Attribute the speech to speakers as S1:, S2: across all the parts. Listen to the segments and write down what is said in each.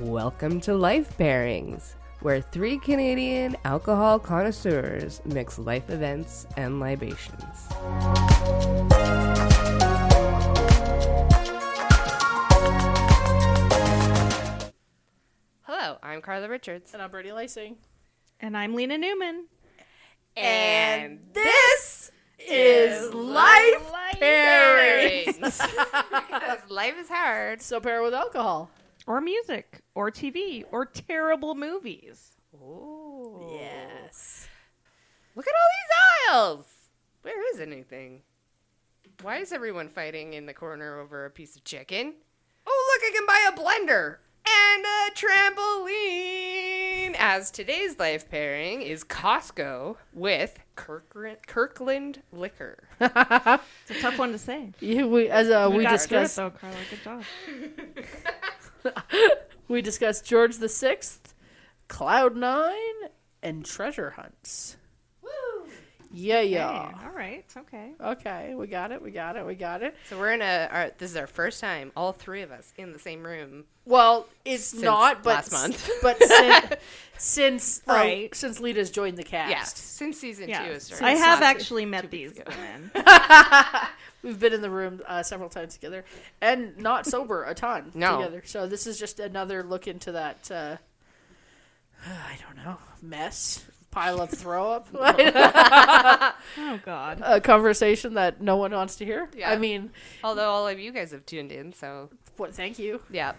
S1: Welcome to Life Pairings, where three Canadian alcohol connoisseurs mix life events and libations. Hello, I'm Carla Richards.
S2: And I'm Brady Lacey.
S3: And I'm Lena Newman.
S1: And this
S2: is
S1: Life
S2: Pairings.
S1: Life is hard.
S2: So pair with alcohol.
S3: Or music, or TV, or terrible movies.
S1: Ooh.
S2: Yes.
S1: Look at all these aisles. Where is anything? Why is everyone fighting in the corner over a piece of chicken? Oh, look, I can buy a blender and a trampoline. As today's life pairing is Costco with Kirkland, Kirkland Liquor.
S3: It's a tough one to say.
S2: Yeah, we as uh, we,
S3: got through
S2: discussed
S3: it, though, Carla. Good job.
S2: we discussed George the Sixth, Cloud Nine, and Treasure Hunts. Woo! Yeah, yeah.
S3: Hey, all right. Okay.
S2: Okay, we got it. We got it. We got it.
S1: so we're in a. Our, this is our first time, all three of us, in the same room.
S2: Well, it's
S1: Since
S2: not,
S1: last
S2: but
S1: month.
S2: but since since, uh,
S3: Right.
S2: since Lita's joined the cast,
S1: Yes, since season
S3: Yeah.
S1: two has started.
S3: I have
S2: last-
S3: actually met these women.
S2: We've been in the room uh, several times together, and not sober a ton
S1: No.
S2: together. So this is just another look into that. Uh, I don't know mess pile of throw up
S3: Oh, God.
S2: a conversation that no one wants to hear.
S1: Yeah.
S2: I mean,
S1: Although all of you guys have tuned in, so
S2: what? Thank you.
S1: yeah.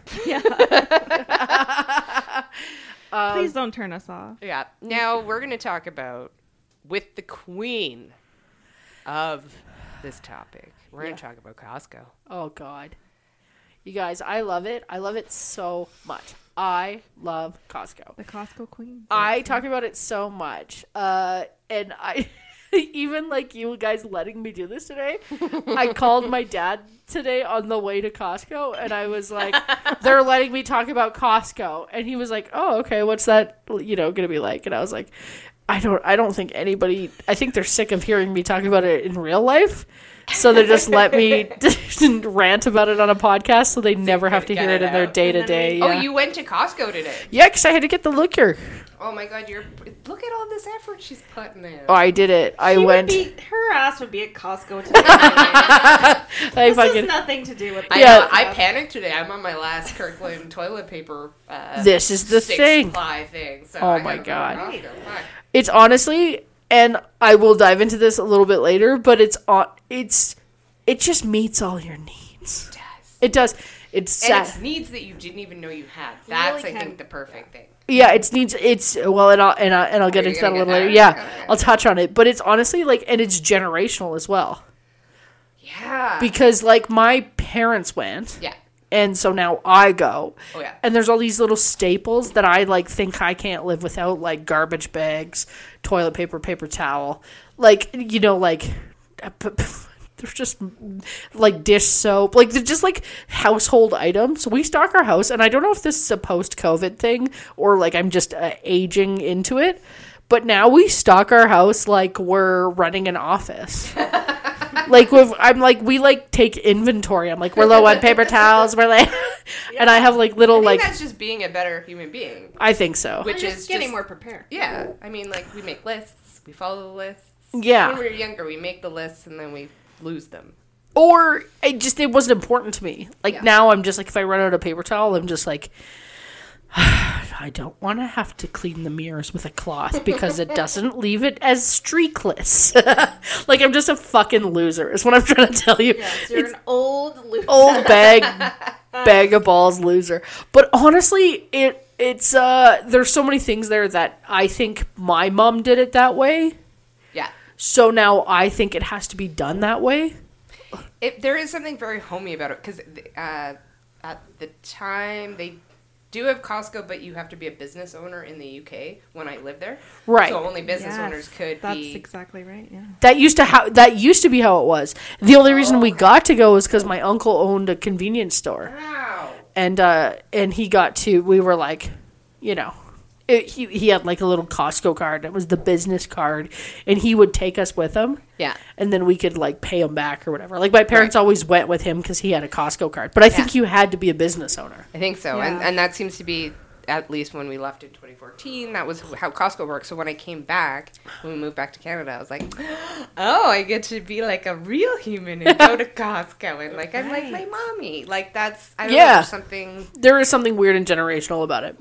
S1: Um,
S3: Please don't turn us off.
S1: Yeah. Now we're going to talk about with the queen of this topic. We're going
S2: Yeah.
S1: to talk about Costco.
S2: Oh God, you guys, I love it. I love it so much. I love Costco.
S3: The Costco Queen.
S2: I talk about it so much. Uh, and I, even like you guys letting me do this today, I called my dad today on the way to Costco and I was like, they're letting me talk about Costco. And he was like, oh, okay, what's that, you know, going to be like? And I was like, I don't, I don't think anybody, I think they're sick of hearing me talk about it in real life. So they just let me rant about it on a podcast so they never have to
S1: get
S2: hear it,
S1: it
S2: in their
S1: out.
S2: day to day.
S1: Oh, you went to Costco today.
S2: Yeah, because I had to get the liquor.
S1: Oh my God, you're look at all this effort she's putting in.
S2: Oh, I did it. I went.
S3: her ass would be at Costco today.
S2: I fucking.
S3: nothing to do with
S1: I,
S2: yeah.
S1: know, I panicked today. I'm on my last Kirkland toilet paper. Uh,
S2: This is the
S1: six
S2: thing.
S1: Ply thing. So
S2: Oh
S1: I
S2: my
S1: gotta go to
S2: God.
S1: Costco. Fuck.
S2: It's honestly, and I will dive into this a little bit later, but it's on. It's it just meets all your needs.
S1: Yes.
S2: It does. It's
S1: And
S2: sad.
S1: it's needs that you didn't even know you had. That's
S3: really
S1: I
S3: can-
S1: think the perfect thing.
S2: yeah, it's needs. It's well, and I'll and I'll, and I'll get
S1: Are you
S2: into that a
S1: gonna
S2: little
S1: get
S2: later.
S1: that?
S2: Yeah,
S1: Okay.
S2: I'll touch on it, but it's honestly like, and it's generational as well
S1: Yeah.
S2: because like my parents went.
S1: yeah.
S2: and so now I go.
S1: Oh, yeah.
S2: And there's all these little staples that I like think I can't live without, like garbage bags, toilet paper, paper towel, like you know, like uh, there's just like dish soap, like they're just like household items. We stock our house, and I don't know if this is a post COVID thing or like I'm just uh, aging into it. But now we stock our house like we're running an office like with, I'm like we like take inventory. I'm like we're low on paper towels. We're like, and I have like little
S1: I think
S2: like
S1: that's just being a better human being.
S2: I think so.
S1: which is
S3: getting
S1: just-
S3: more prepared.
S1: Yeah, I mean, like we make lists, we follow the lists. When we
S2: Yeah,
S1: were younger, we make the lists and then we lose them.
S2: or it just it wasn't important to me. Like
S1: Yeah.
S2: now I'm just like if I run out of paper towel, I'm just like. I don't want to have to clean the mirrors with a cloth because it doesn't leave it as streakless. like I'm just a fucking loser. Is what I'm trying to tell you.
S3: so you're an old loser.
S2: old bag bag of balls loser. But honestly, it it's uh there's so many things there that I think my mom did it that way.
S1: Yeah,
S2: So now I think it has to be done that way.
S1: it, there is something very homey about it because uh, at the time they do have Costco, but you have to be a business owner in the UK when I lived there.
S2: Right.
S1: So only business owners could
S3: That's
S1: be.
S3: exactly right. Yeah.
S2: That used to how that used to be how it was. The only reason we got to go was because my uncle owned a convenience store,
S1: wow.
S2: and uh, and he got to. We were like, you know, it, he he had like a little Costco card. It was the business card, and he would take us with him.
S1: Yeah.
S2: and then we could like pay him back or whatever. Like my parents always went with him because he had a Costco card, but I think you had to be a business owner.
S1: I think so, and
S3: Yeah.
S1: and that seems to be at least when we left in 2014, that was how Costco worked. So when I came back, when we moved back to Canada, I was like, oh, I get to be like a real human and go to Costco and like I'm like my mommy. Like that's I don't know
S2: Yeah.
S1: there's something.
S2: there is something weird and generational about it.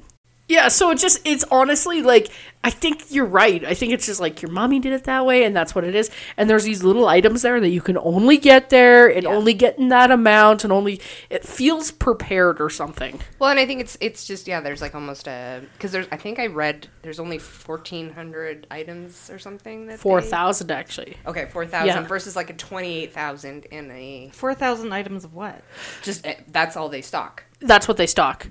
S2: Yeah, so it just it's honestly like I think you're right. I think it's just like your mommy did it that way and that's what it is. And there's these little items there that you can only get there and only get in that amount and only it feels prepared or something.
S1: Well, and I think it's it's just yeah. There's like almost a because there's I think I read there's only 1,400 items or something that they-
S2: 4000 actually.
S1: Okay, four thousand
S2: Yeah.
S1: versus like a twenty-eight thousand in a
S3: Four thousand items of what?
S1: just eh, that's all they stock.
S2: That's what they stock.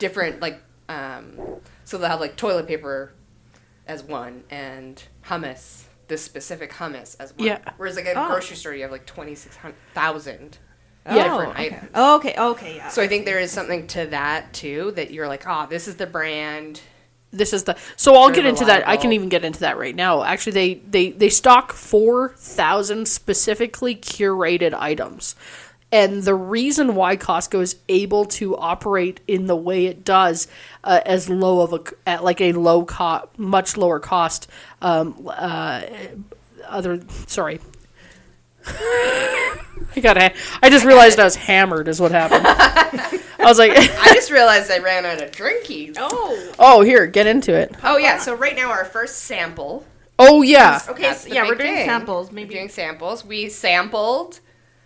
S1: Different like um, so they'll have like toilet paper as one and hummus, this specific hummus as one.
S2: Yeah.
S1: Whereas like at a
S3: Oh.
S1: grocery store you have like twenty-six thousand
S2: Yeah.
S1: different
S3: okay.
S1: items.
S3: okay. Okay. Yeah.
S1: So I think there is something to that too that you're like, oh, this is the brand.
S2: This is the So I'll
S1: Very
S2: get into that. I can
S1: reliable.
S2: even get into that right now. Actually they they they stock 4000 specifically curated items. And the reason why Costco is able to operate in the way it does uh, as low of a c- at like a low cost much lower cost um uh other sorry I got ha- I just realized I was hammered is what happened. I was like
S1: I just realized I ran out of drinkies. Oh.
S2: Oh, here, get into it.
S1: Oh yeah. So right now our first sample.
S2: Oh yeah,
S1: Okay.
S3: Yes,
S1: so the
S3: yeah, we're
S1: big
S3: doing
S1: thing.
S3: samples, maybe.
S1: We're doing samples. We sampled,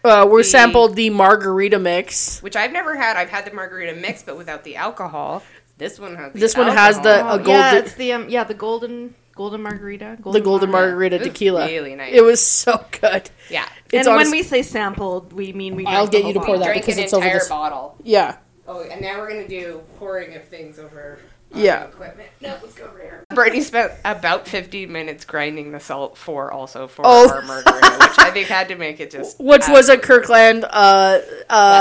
S2: uh, we sampled the margarita mix.
S1: which I've never had. I've had the margarita mix, but without the alcohol. This one has. The
S2: This one has the-
S1: alcohol.
S2: a
S3: Oh, yeah,
S2: golden-
S3: it's the um, yeah, the golden golden margarita.
S2: The golden margarita
S3: margarita.
S1: It was
S2: tequila.
S1: really nice.
S2: It was so good.
S1: yeah.
S2: It's
S3: and
S2: honest-
S3: when we say sampled, we mean we.
S2: I'll
S3: drank the
S2: get you to
S3: whole
S2: pour
S3: bottle.
S2: that.
S1: Drank
S2: because
S1: an
S2: it's over
S1: entire
S2: this-
S1: bottle.
S2: yeah,
S1: Oh, and now we're gonna do pouring of things over.
S2: yeah.
S1: Equipment. No, let's go over here. Brittany spent about 15 minutes grinding the salt for also for
S2: Oh.
S1: our margarita, which I think had to make it just
S2: Which was a Kirkland uh, uh,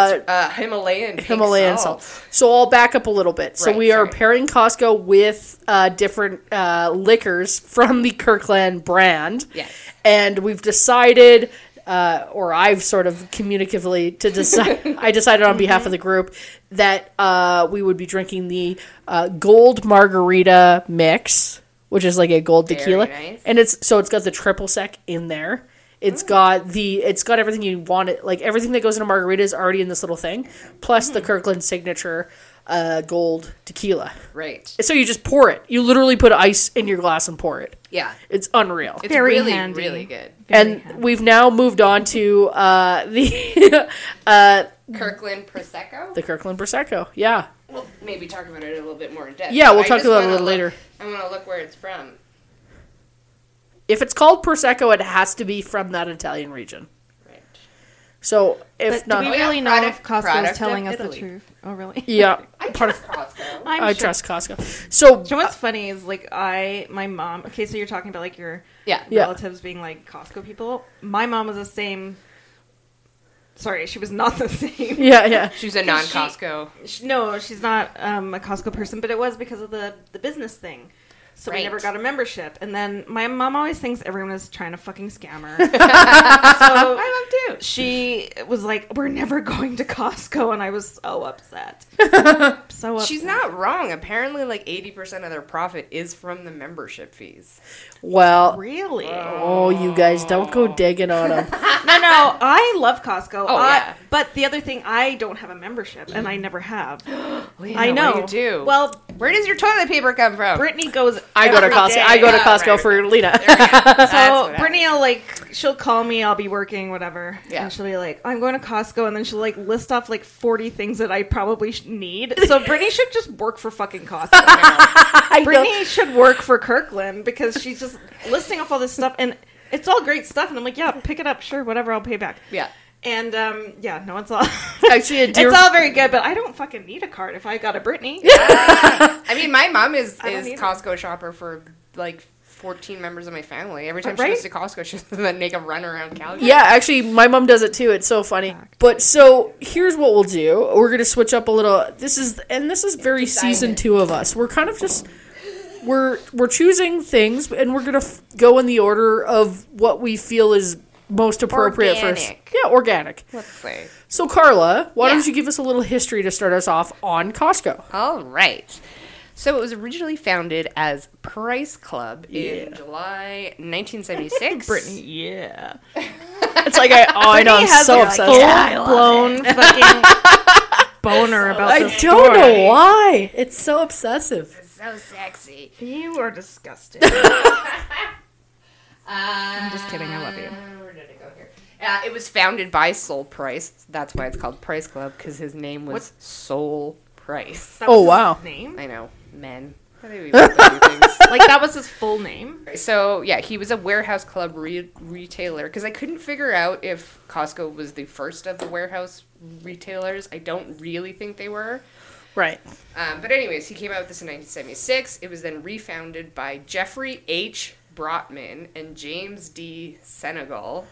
S1: That's, uh, Himalayan pink
S2: Himalayan salt. So I'll back up a little bit. So
S1: Right,
S2: we are
S1: sorry.
S2: pairing Costco with uh, different uh, liquors from the Kirkland brand.
S1: Yes.
S2: And we've decided, uh, or I've sort of communicatively to decide, I decided on behalf of the group that uh, we would be drinking the uh, gold margarita mix, which is like a gold
S1: Very
S2: tequila,
S1: nice. Mm.
S2: and it's so it's got the triple sec in there. It's got the it's got everything you want it like everything that goes in a margarita is already in this little thing, plus
S1: Mm-hmm.
S2: the Kirkland signature uh, gold tequila.
S1: Right.
S2: So you just pour it. You literally put ice in your glass and pour it.
S1: Yeah.
S2: It's unreal.
S1: It's
S3: Very
S1: really,
S3: handy.
S1: really good.
S3: Very
S2: and
S3: handy.
S2: we've now moved on to uh, the uh,
S1: Mm-hmm. Kirkland Prosecco?
S2: the Kirkland Prosecco. Yeah.
S1: We'll maybe talk about it a little bit more in depth.
S2: Yeah, we'll
S1: I
S2: talk
S1: just
S2: about it a
S1: wanna
S2: little
S1: look-
S2: later.
S1: I want to look where it's from.
S2: If it's called Prosecco, it has to be from that Italian region.
S1: Right.
S2: So if
S3: But
S2: not,
S3: do
S1: Oh,
S3: we
S1: yeah,
S3: really know
S1: product-
S3: if Costco
S1: product
S3: is telling
S1: of
S3: us the
S1: Italy.
S3: truth? Oh, really?
S2: yeah,
S1: I
S2: part
S1: trust
S2: of
S1: Costco.
S3: I'm
S2: I
S3: sure.
S2: trust Uh, Costco. So
S3: So what's funny is like I, my mom. Okay, so you're talking about like your
S1: Yeah.
S2: Yeah.
S3: relatives being like Costco people. My mom was the same. Sorry, she was not the same.
S2: yeah, yeah.
S1: She's a non
S3: Does she-
S1: Costco.
S3: She- no, she's not um, a Costco person, but it was because of the the business thing. So
S1: Right.
S3: we never got a membership, and then my mom always thinks everyone is trying to fucking scam her. so
S1: I love too.
S3: she was like, "We're never going to Costco," and I was so upset. so upset.
S1: She's not wrong. Apparently, like 80% of their profit is from the membership fees.
S2: Well,
S3: really.
S2: oh, you guys don't go digging on them.
S3: No, no, I love Costco.
S1: Oh,
S3: I-
S1: yeah.
S3: But the other thing, I don't have a membership, and I never have.
S1: what
S3: I
S1: do
S3: know.
S1: you do?
S3: Well,
S1: Where does your toilet paper come from?
S3: Brittany goes.
S2: I go to
S3: every
S2: Costco.
S3: day.
S2: I go to
S1: Yeah,
S2: Costco
S1: right.
S2: for Lena.
S3: So
S1: what
S3: Brittany will like she'll call me. I'll be working, whatever.
S1: Yeah.
S3: And she'll be like, "I'm going to Costco," and then she'll like list off like 40 things that I probably sh- need. So Brittany should just work for fucking Costco.
S2: I know.
S3: Brittany should work for Kirkland because she's just listing off all this stuff, and it's all great stuff. And I'm like, "Yeah, pick it up, sure, whatever. I'll pay back."
S1: Yeah.
S3: And um, yeah, no, it's all
S2: Actually, a dear-
S3: it's all very good, but I don't fucking need a card if I got a Brittany.
S1: I mean, my mom is,
S3: I don't
S1: is
S3: either.
S1: Costco shopper for like 14 members of my family. Every time
S3: Right?
S1: she goes to Costco, she doesn't make a run around Calgary.
S2: Yeah, actually, my mom does it too. It's so funny. But so here's what we'll do. We're gonna switch up a little. This is and this is very season two of us. We're kind of just we're we're choosing things, and we're gonna f- go in the order of what we feel is most appropriate for. us.
S1: Organic.
S2: Yeah, organic.
S1: Let's see.
S2: So Carla, why
S1: Yeah.
S2: don't you give us a little history to start us off on Costco?
S1: All right. So it was originally founded as Price Club
S3: Yeah.
S1: in July 1976.
S3: Brittany, yeah.
S2: It's like I, oh, I know, I'm
S3: has
S2: so
S3: a
S2: obsessed.
S3: full blown fucking boner about
S2: I
S3: this
S2: don't
S3: story.
S2: know why. It's so obsessive.
S1: So sexy.
S3: You are disgusting. Uh, I'm just kidding. I love you.
S1: Uh, where did it go here? Uh, it was founded by Soul Price. That's why it's called Price Club because his name was
S3: What's-
S1: Soul Price.
S3: That
S2: Oh,
S3: was his
S2: wow.
S3: Name
S1: I know, men. How do we work on these things?
S3: like that was his full name.
S1: So yeah, he was a warehouse club re- retailer because I couldn't figure out if Costco was the first of the warehouse retailers. I don't really think they were.
S2: Right.
S1: Um, but anyways, he came out with this in 1976. It was then refounded by Jeffrey H. Brotman and James D. Senegal,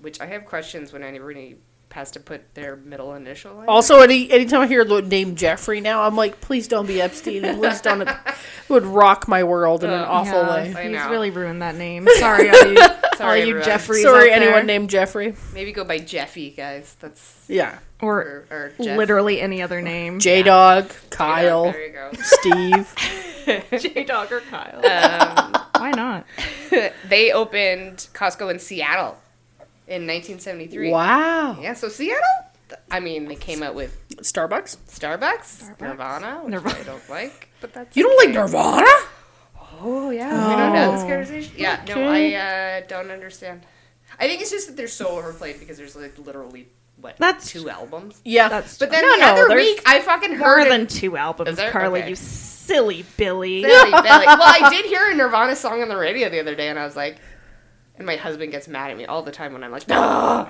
S1: which I have questions when anybody has to put their middle initial. In.
S2: Also, any anytime I hear the name Jeffrey now, I'm like, please don't be Epstein. And please don't. It would rock my world in an
S1: Uh,
S2: awful
S3: Oh, Yeah,
S2: way.
S1: I
S3: He's
S1: know.
S3: really ruined that name. Sorry, all you,
S1: Sorry,
S3: all you
S1: everyone.
S3: Jeffreys.
S2: Sorry,
S3: out there.
S2: anyone named Jeffrey.
S1: Maybe go by Jeffy, guys. That's
S2: Yeah.
S3: or
S1: or, or Jeff.
S3: literally any other name.
S2: J Dog,
S1: Yeah,
S2: Kyle,
S1: There you go.
S2: Steve.
S3: J Dog or Kyle.
S1: Um,
S3: Why not?
S1: they opened Costco in Seattle in 1973.
S2: Wow.
S1: Yeah, so Seattle. I mean, they came out with
S2: Starbucks.
S1: Starbucks, Nirvana, which
S3: Nirvana.
S1: I don't like, but that's
S2: You don't like Nirvana?
S1: oh yeah, we don't have this
S3: Oh.
S1: conversation. Yeah,
S2: Okay.
S1: no, I uh, don't understand. I think it's just that they're so overplayed because there's like literally what
S3: That's-
S1: two albums.
S2: Yeah.
S3: That's
S1: But then
S3: no,
S1: the
S3: no,
S1: other
S3: there's
S1: week, I fucking
S3: more
S1: heard
S3: than
S1: than
S3: two
S1: Is
S3: albums,
S1: there?
S3: Carly.
S1: Okay.
S3: You silly Billy.
S1: Billy Billy. Well, I did hear a Nirvana song on the radio the other day, and I was like, and my husband gets mad at me all the time when I'm like, no.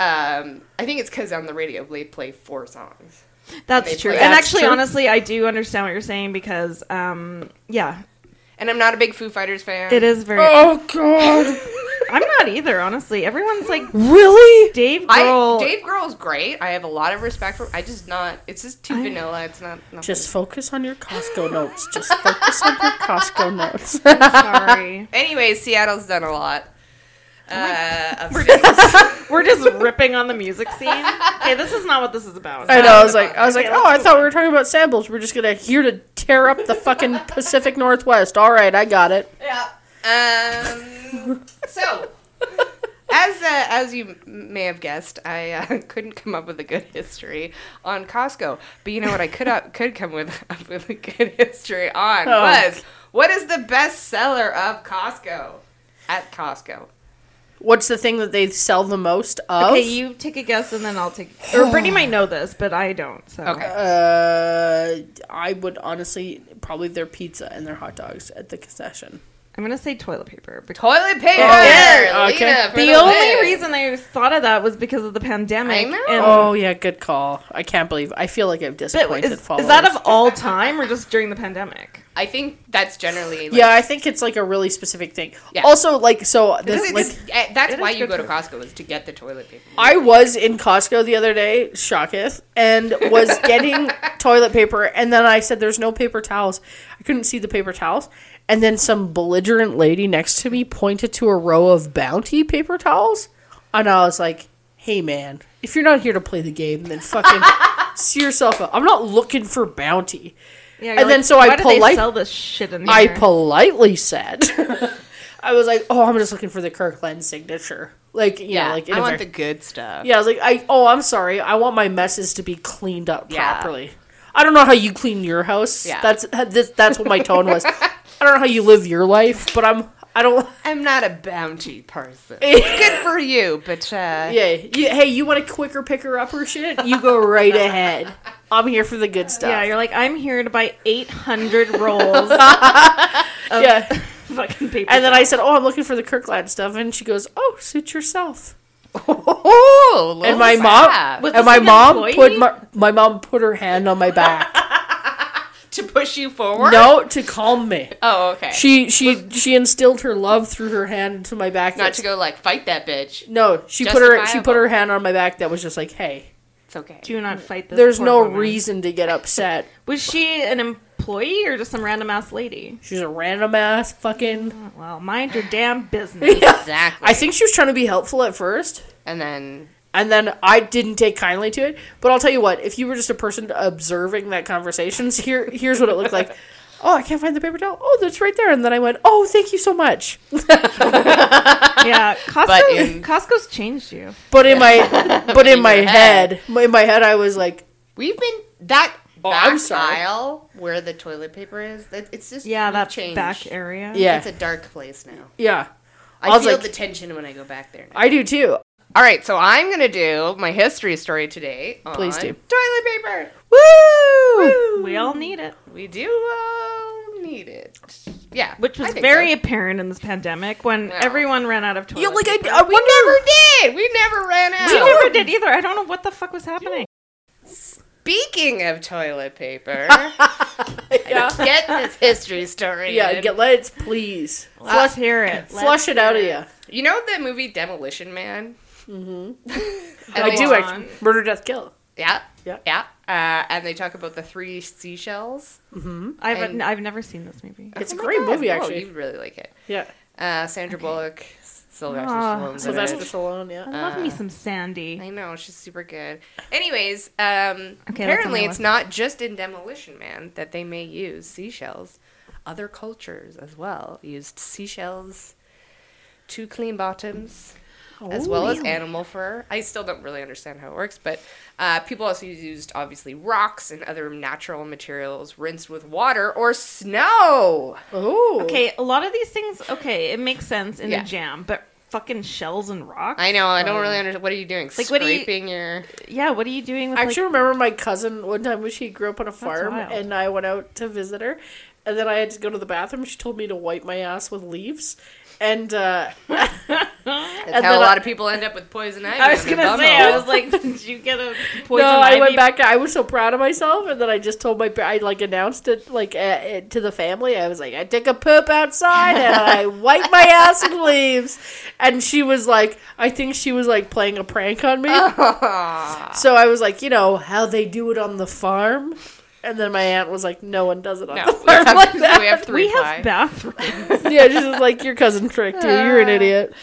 S1: Um, I think it's because on the radio they play four songs.
S3: That's
S1: They
S3: true.
S1: play-
S3: and
S2: That's
S3: actually,
S2: true.
S3: honestly, I do understand what you're saying because, um, yeah,
S1: And I'm not a big Foo Fighters fan.
S3: it is very.
S2: Oh God.
S3: I'm not either, honestly. Everyone's like
S2: really?
S3: Dave
S1: I,
S3: Grohl.
S1: Dave Grohl's great. I have a lot of respect for. I just not. It's just too vanilla. It's not. Nothing.
S2: Just focus on your Costco notes. Just focus on your Costco notes.
S3: Sorry,
S1: Anyway, Seattle's done a lot.
S2: Oh
S1: Uh, of
S3: we're just ripping on the music scene. Okay, this is not what this is about.
S2: I know. I was like, I was like, oh, I thought we were talking about samples. We're just gonna here to tear up the fucking Pacific Northwest. All right, I got it.
S1: Um, so, as uh, as you m- may have guessed, I uh, couldn't come up with a good history on Costco. But you know what? I could up, could come with up with a good history on
S2: Oh.
S1: was what is the best seller of Costco at Costco?
S2: What's the thing that they sell the most of?
S3: Okay, you take a guess and then I'll take. Or Brittany might know this, but I don't. So
S1: Okay.
S2: uh, I would honestly probably their pizza and their hot dogs at the concession.
S3: I'm gonna say toilet paper. Because
S1: Toilet paper.
S2: Oh, yeah,
S1: Lena,
S2: okay.
S1: for
S3: the only
S1: win.
S3: reason I thought of that was because of the pandemic.
S1: I know.
S3: And
S2: Oh yeah, good call. I can't believe. I feel like I've
S3: Um, but
S2: disappointed
S3: is,
S2: followers.
S3: is that of all time or just during the pandemic?
S1: I think that's generally like,
S2: yeah, I think it's like a really specific thing.
S1: Yeah.
S2: Also, like, so
S1: Because
S2: this, like,
S1: it's- eh, that's
S3: It
S1: why
S3: is
S1: you go
S3: good
S1: to Costco is to get the toilet paper.
S2: I was in Costco the other day, shocketh, and was getting toilet paper, and then I said, "There's no paper towels." I couldn't see the paper towels, and then some belligerent lady next to me pointed to a row of Bounty paper towels, and I was like, "Hey, man, if you're not here to play the game, then fucking see yourself up. I'm not looking for Bounty."
S3: Yeah,
S2: And then so I
S3: why do they
S2: polite-
S3: sell this shit in
S2: I
S3: here?
S2: politely said, "I was like, oh, I'm just looking for the Kirkland signature." Like, you know, like in
S1: I
S2: a
S1: want
S2: very-
S1: the good stuff.
S2: yeah, I was like, I oh, I'm sorry. I want my messes to be cleaned up
S1: Yeah.
S2: properly. I don't know how you clean your house.
S1: Yeah.
S2: That's this, that's what my tone was. I don't know how you live your life, but I'm I don't.
S1: I'm not a bounty person. Good for you, but uh,
S2: Yeah. You, hey, you want a quicker picker upper shit? You go right ahead. I'm here for the good stuff.
S3: Yeah, you're like I'm here to buy 800 rolls.
S2: yeah.
S3: fucking paper.
S2: And then I said, "Oh, I'm looking for the Kirkland stuff," and she goes, "Oh, suit yourself."
S1: oh, little
S2: and my
S1: slap.
S2: mom
S3: Was
S2: and
S3: this
S2: my
S3: an
S2: mom
S3: employee?
S2: put my, my mom put her hand on my back.
S1: to push you forward.
S2: no, to calm me.
S1: Oh, okay.
S2: She she she instilled her love through her hand into my back.
S1: Not
S2: that's-
S1: to go like fight that bitch.
S2: No, she put her she
S1: Justifiable.
S2: put her hand on my back. That was just like, hey,
S1: It's okay.
S3: do not fight this.
S2: there's
S3: poor
S2: no
S3: woman.
S2: reason to get upset.
S3: Was she an employee or just some random ass lady?
S2: She's a random ass fucking.
S3: Well, mind your damn business.
S1: Exactly.
S2: I think she was trying to be helpful at first,
S1: And then
S2: And then I didn't take kindly to it. But I'll tell you what, if you were just a person observing that conversations, here here's what it looked like. Oh, I can't find the paper towel. Oh, that's right there. And then I went, "Oh, thank you so much."
S3: yeah,
S1: But
S3: Costco,
S1: in-
S3: Costco's changed you.
S2: But in my but in,
S1: In
S2: my
S1: your
S2: head. in my head I was like,
S1: We've been that
S2: Oh,
S1: back
S2: I'm sorry.
S1: aisle where the toilet paper is. That it's just
S3: Yeah,
S1: we've
S3: that
S1: changed.
S3: back area.
S2: Yeah.
S1: It's a dark place now.
S2: yeah.
S1: I,
S2: I was
S1: feel
S2: like-
S1: the tension when I go back there. Now.
S2: I do too.
S1: All right, so I'm gonna do my history story today. On
S2: Please do.
S1: toilet paper.
S2: Woo!
S3: We all need it,
S1: We do all need it. Yeah,
S3: which
S1: I
S3: was
S1: think
S3: very
S1: so.
S3: apparent in this pandemic when
S1: No.
S3: everyone ran out of toilet.
S2: Yeah, like I,
S3: paper.
S2: I
S1: We
S2: wonder.
S1: never did. We never ran out.
S3: we never did either. I don't know what the fuck was happening.
S1: Speaking of toilet paper,
S2: yeah.
S1: get this history story.
S2: yeah,
S1: in.
S2: get let's please
S3: Let's hear it.
S2: flush it out of you.
S1: you know the movie Demolition Man. Mm-hmm.
S2: I do
S3: on.
S2: actually murder, death, kill.
S1: Yeah.
S2: Yeah.
S1: Yeah. Uh, and they talk about the three seashells.
S3: I've
S1: And-
S3: I've never seen this movie.
S2: Mm-hmm. It's
S1: Oh
S2: a
S1: my
S2: great
S1: God,
S2: movie,
S1: no,
S2: actually.
S1: you really like it.
S2: Yeah,
S1: Uh, Sandra Bullock, Sylvester
S3: Aw,
S1: Stallone.
S2: Ah. Sylvester Stallone. Yeah,
S3: I love
S1: Uh,
S3: me some Sandy.
S1: I know she's super good. Anyways, um,
S3: Okay, that's on my
S1: apparently it's
S3: list.
S1: not just in Demolition Man that they may use seashells. Other cultures as well used seashells to clean bottoms, as well as animal fur. I still don't really understand how it works, but uh, people also used obviously rocks and other natural materials rinsed with water or snow.
S2: Oh,
S3: Okay, a lot of these things. Okay, it makes sense in
S1: Yeah.
S3: a jam, but fucking shells and rocks.
S1: I know I don't really understand. What are you doing?
S3: Oh. Like, what do you-
S1: Scraping your
S3: Yeah, what are you doing with
S2: I
S3: like,
S2: actually remember my cousin one time when she grew up on a farm,
S3: wild.
S2: and I went out to visit her, and then I had to go to the bathroom. She told me to wipe my ass with leaves, and uh,
S1: that's
S2: And
S1: how
S2: then
S1: a
S2: I-
S1: lot of people end up with poison ivy.
S3: I was
S1: on their
S3: gonna say,
S1: bumhole.
S3: I was like, did you get a poison?
S2: no, I went
S3: ivy?
S2: back. I was so proud of myself, and then I just told my pa- I like announced it like uh, uh, to the family. I was like, I took a poop outside and I wiped my ass with leaves, and she was like, I think she was like playing a prank on me.
S1: Uh.
S2: So I was like, you know how they do it on the farm, and then my aunt was like, no one does it on
S1: No,
S2: the
S1: we
S2: farm
S1: have,
S2: like that.
S1: we have three
S3: We
S1: ply.
S3: have bathrooms.
S2: yeah, she's just like your cousin tricked you. You're an idiot.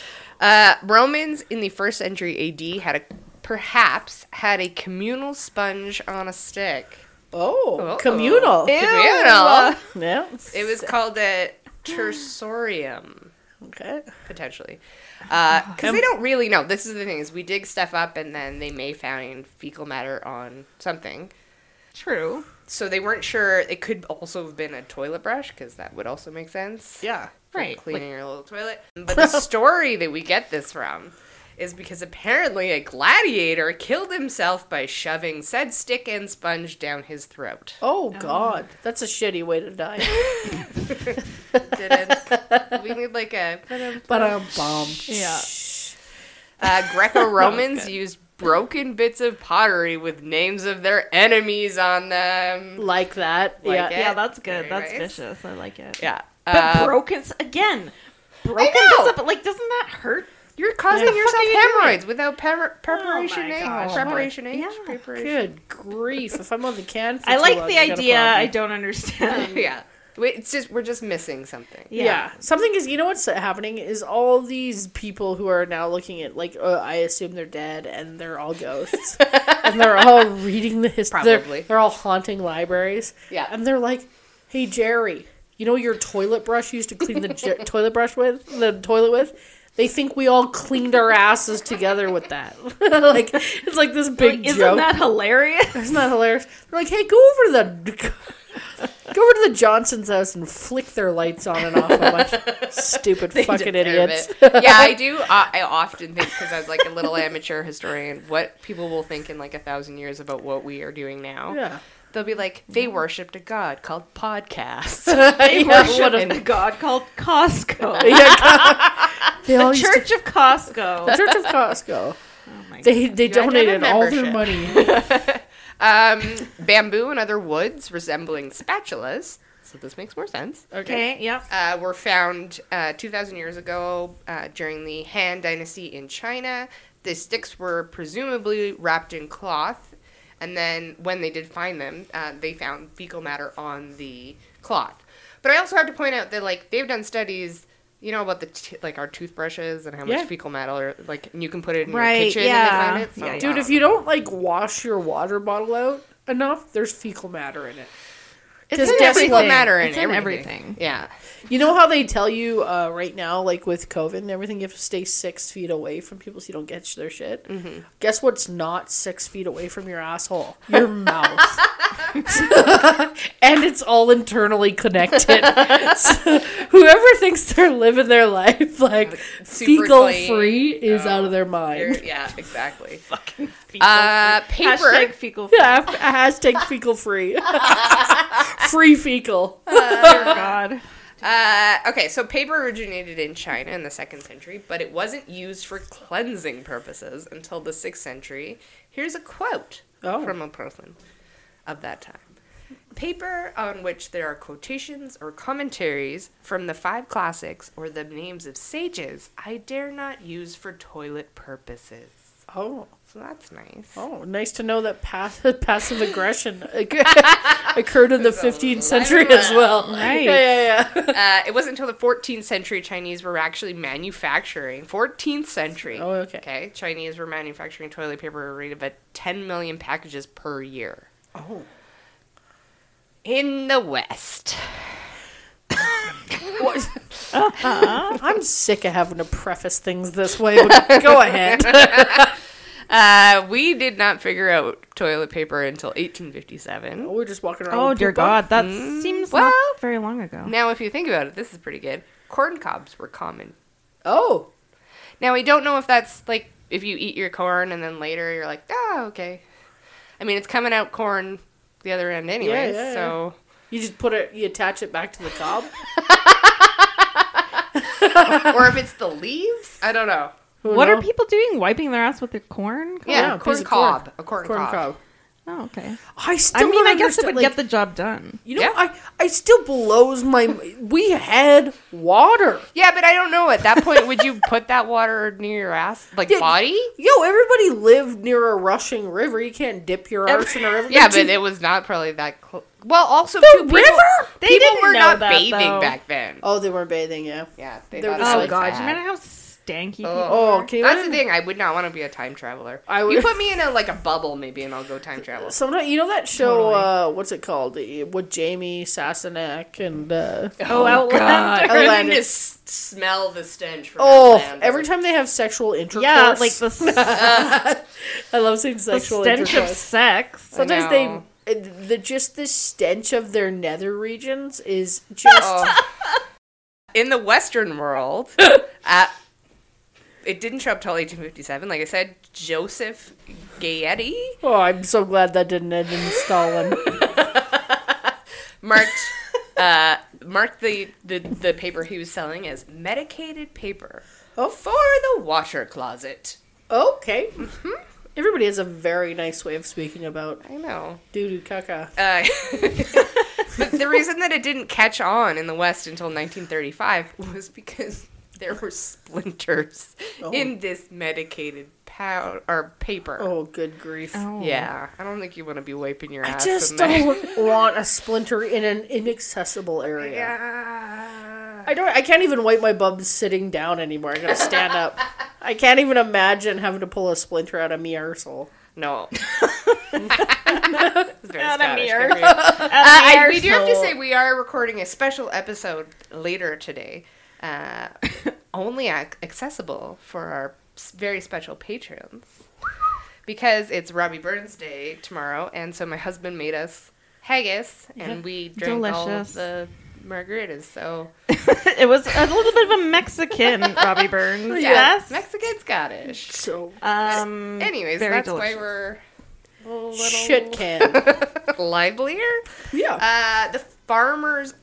S1: Uh, Romans in the first century AD had a perhaps had a communal sponge on a stick.
S2: Oh,
S1: Oh.
S2: communal.
S1: Ew.
S2: Yeah.
S1: It was called a tersorium
S2: Okay.
S1: potentially because they don't really know. This is the thing: is we dig stuff up and then they may find fecal matter on something.
S3: True.
S1: So they weren't sure. It could also have been a toilet brush because that would also make sense.
S2: Yeah.
S1: for
S3: Right.
S1: cleaning your little toilet. But the story that we get this from is because apparently a gladiator killed himself by shoving said stick and sponge down his throat.
S2: Oh God, that's a shitty way to die.
S1: Did it? we need like a
S2: But um, bomb.
S3: Yeah.
S1: uh, Greco Romans used broken bits of pottery with names of their enemies on them.
S2: Like that.
S1: Like
S2: yeah.
S1: it.
S3: Yeah, that's good.
S1: Very
S3: That's
S1: nice.
S3: vicious. I like it.
S1: Yeah.
S3: But
S1: Uh,
S3: broken again. Broken
S1: know.
S3: bits up, but like doesn't that hurt?
S1: you're causing
S3: What the fuck
S1: yourself
S3: are you
S1: hemorrhoids without par- preparation
S3: Oh my
S1: H.
S3: gosh.
S1: Preparation H.
S3: Yeah.
S1: Preparation.
S2: Good grief! If I'm on the can, for
S3: I
S2: too
S3: like
S2: long,
S3: the
S2: I got a
S3: idea.
S2: problem.
S3: I don't understand.
S1: Yeah. We- It's just we're just missing something.
S2: Yeah. something is. You know what's happening is all these people who are now looking at like uh, I assume they're dead and they're all ghosts and they're all reading the history.
S1: Probably.
S2: they're, they're all haunting libraries.
S1: Yeah.
S2: and they're like, "Hey Jerry, you know your toilet brush you used to clean the j- toilet brush with the toilet with." They think we all cleaned our asses together with that. like it's like this big
S3: Like,
S2: joke.
S3: isn't that hilarious?
S2: Isn't that hilarious? They're like, hey, go over to the go over to the Johnson's house and flick their lights on and off a bunch. of Stupid fucking
S1: deserve
S2: idiots.
S1: it. yeah, I do. uh, I, I often think because I was like a little amateur historian, what people will think in like a thousand years about what we are doing now.
S2: Yeah. Mm-hmm.
S1: They'll be like, they worshipped a god called podcast.
S3: They
S2: Yeah,
S3: worship
S2: what a-
S3: in a god called Costco.
S2: Yeah, they all
S3: the
S2: used
S3: Church of Costco.
S2: to, Church of Costco.
S3: Oh my
S2: They they
S1: gotta get a
S2: donated all their
S1: membership.
S2: money.
S1: um, bamboo and other woods resembling spatulas. So this makes more sense.
S3: Okay, yep.
S1: uh, were found uh, 2,000 years ago uh, during the Han Dynasty in China. The sticks were presumably wrapped in cloth, and then when they did find them, uh, they found fecal matter on the cloth. But I also have to point out that like they've done studies You know about the t- like our toothbrushes and how much
S2: Yeah.
S1: fecal matter, like and you can put it in
S3: Right,
S1: your kitchen
S3: yeah.
S1: and they find it. So,
S3: Yeah,
S2: Dude, if you don't like wash your water bottle out enough, there's fecal matter in it.
S1: it's
S2: Because
S1: in
S2: guess
S1: fecal
S2: what?
S1: matter in
S3: It's in everything.
S1: Yeah,
S2: You know how they tell you uh, right now, like with COVID and everything, you have to stay six feet away from people so you don't get their shit? Mm-hmm. Guess what's not six feet away from your asshole? Your mouth. and it's all internally connected. So whoever thinks they're living their life like
S1: Super
S2: fecal
S1: clean.
S2: free is
S1: Oh.
S2: out of their mind.
S1: yeah, exactly.
S3: Fecal
S1: Uh,
S3: free.
S1: paper.
S3: Hashtag fecal. free.
S2: Yeah, f- hashtag fecal free. free fecal.
S3: Dear God.
S1: Uh, okay, so paper originated in China in the second century, but it wasn't used for cleansing purposes until the sixth century. Here's a quote
S2: Oh.
S1: from a person of that time. Paper on which there are quotations or commentaries from the five classics or the names of sages, I dare not use for toilet purposes.
S2: Oh.
S1: So that's nice.
S2: Oh, nice to know that pass- passive aggression occurred in the 15th century as well.
S3: Nice.
S2: Yeah, yeah, yeah.
S1: Uh, it wasn't until the 14th century Chinese were actually manufacturing. 14th century.
S2: Oh, okay.
S1: Okay. Chinese were manufacturing toilet paper at a rate of about 10 million packages per year.
S2: Oh.
S1: In the West.
S2: Uh, I'm sick of having to preface things this way, but go ahead.
S1: Uh, we did not figure out toilet paper until 1857.
S2: We're just walking around.
S3: Oh
S2: with
S3: dear
S2: poop on.
S3: God. That seems
S1: well-
S3: not very long ago.
S1: Now, if you think about it, this is pretty good. Corn cobs were common.
S2: Oh.
S1: Now, we don't know if that's like if you eat your corn and then later you're like, oh, okay. I mean, it's coming out corn the other end anyway,
S2: yeah, yeah.
S1: so.
S2: You just put it, you attach it back to the cob.
S1: or if it's the leaves. I don't know.
S2: Who
S3: What are
S2: knows?
S3: people doing? Wiping their ass with their corn?
S1: Yeah,
S2: Yeah, a
S1: corn
S2: piece of
S1: cob.
S2: corn.
S1: A corn,
S2: Corn
S1: cob.
S2: cob.
S3: Oh, okay.
S2: I still
S3: I mean,
S2: don't
S3: I guess it
S2: understand,
S3: would get
S2: like,
S3: the job done.
S2: You know,
S1: Yeah.
S2: I, I still blows my. We had water.
S1: Yeah, but I don't know. At that point, would you put that water near your ass, like
S2: Yeah.
S1: body?
S2: Yo, everybody lived near a rushing river. You can't dip your
S1: Ev-
S2: arse in a river.
S1: Yeah,
S2: Did
S1: but
S2: you-
S1: it was not probably that. Cl- well, also
S2: The
S1: too, people,
S2: river?
S3: They
S1: people
S3: didn't
S1: were
S3: know
S1: not
S3: that,
S1: bathing
S3: though.
S1: back then.
S2: Oh, they weren't bathing, yeah.
S1: Yeah, they
S2: They're
S1: thought it
S2: just
S1: was
S3: Oh
S2: like
S3: God,
S1: bad.
S3: you imagine how stanky people.
S1: Ugh.
S2: Oh, can you
S1: That's the
S2: imagine-
S1: thing. I would not want to be a time traveler.
S2: I
S1: You
S2: would-
S1: put me in a like a bubble, maybe, and I'll go time travel.
S2: Sometimes you know that show.
S3: Totally.
S2: Uh, what's it called? The- With Jamie Sassenach and uh,
S3: Oh, Outlander.
S1: I
S2: Outlander.
S1: can just s- smell the stench. From
S2: oh,
S1: Outlander.
S2: every time they have sexual intercourse.
S3: Yeah, like the, s-
S2: I love seeing
S3: the
S2: sexual
S3: stench of
S2: intercourse.
S3: sex.
S1: I
S2: Sometimes
S1: know.
S2: they it- the just the stench of their nether regions is just
S1: Oh. in the Western world, uh, it didn't show up till 1857. Like I said, Joseph Gaetti
S2: oh I'm so glad that didn't end in Stalin.
S1: marked uh, marked the, the the paper he was selling as medicated paper
S2: oh,
S1: for the water closet.
S2: okay. mm-hmm. Everybody has a very nice way of speaking about
S1: I know.
S2: doo doo caca.
S1: Uh, but the reason that it didn't catch on in the West until 1935 was because there were splinters
S2: Oh.
S1: in this medicated pow- or paper.
S2: Oh, good grief.
S3: Oh.
S1: Yeah, I don't think you want to be wiping your
S2: I
S1: ass.
S2: just
S1: in there.
S2: don't want a splinter in an inaccessible area.
S1: Yeah.
S2: I don't. I can't even wipe my bum sitting down anymore. I gotta stand up. I can't even imagine having to pull a splinter out of me arsehole.
S1: No. It's very
S3: Not a
S1: Scottish,
S3: mirror.
S1: come here.
S3: Uh,
S1: I- we do have to say we are recording a special episode later today, uh, only ac- accessible for our s- very special patrons because it's Robbie Burns Day tomorrow, and so my husband made us haggis, and we drank all
S3: Delicious.
S1: of the margaritas. So
S3: it was a little bit of a Mexican, Robbie Burns.
S1: yeah,
S3: Yes.
S1: Mexican Scottish.
S2: So
S3: um.
S1: Anyways,
S3: very
S1: that's
S3: delicious.
S1: why we're a little
S2: shit can.
S1: livelier.
S2: yeah.
S1: Uh, the Farmer's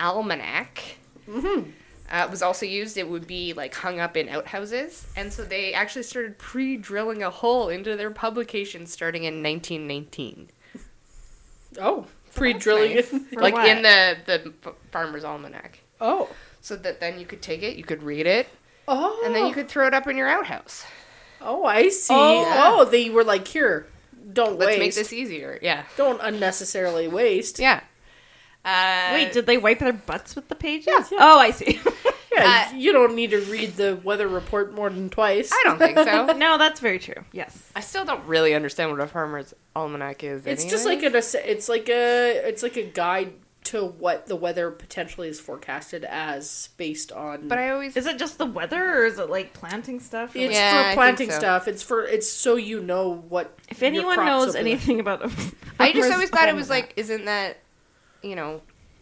S1: Almanac
S2: Mm-hmm.
S1: uh, was also used. It would be like hung up in outhouses, and so they actually started pre-drilling a hole into their publication starting in 1919.
S2: Oh, pre-drilling.
S1: Nice.
S2: it.
S3: For
S1: like
S3: what?
S1: in the the F- Farmer's Almanac,
S2: Oh.
S1: so that then you could take it, you could read it,
S2: Oh.
S1: and then you could throw it up in your outhouse.
S2: Oh, I see.
S3: Oh,
S2: Oh,
S1: yeah.
S2: they were like, here, don't
S1: Let's
S2: waste.
S1: make this easier. Yeah,
S2: Don't unnecessarily waste.
S1: yeah. Uh,
S3: Wait, did they wipe their butts with the pages?
S2: Yeah.
S3: Oh, I see.
S2: Yeah,
S1: Uh,
S2: you don't need to read the weather report more than twice.
S1: I don't think so.
S3: Oh, No, that's very true. Yes.
S1: I still don't really understand what a farmer's almanac is.
S2: It's just like
S1: anyway.
S2: an ass- it's like a it's like a guide to what the weather potentially is forecasted as based on.
S1: But I always.
S3: Is it just the weather, or is it like planting stuff? Or,
S2: it's
S3: like,
S1: Yeah, I
S2: for
S1: think
S2: planting
S1: so.
S2: stuff. It's for it's so you know what.
S3: if
S2: your
S3: anyone
S2: crops will
S3: knows
S2: be
S3: anything about, a
S1: I just
S3: farmer's
S1: always thought it
S3: almanac-
S1: was like, isn't that, you know,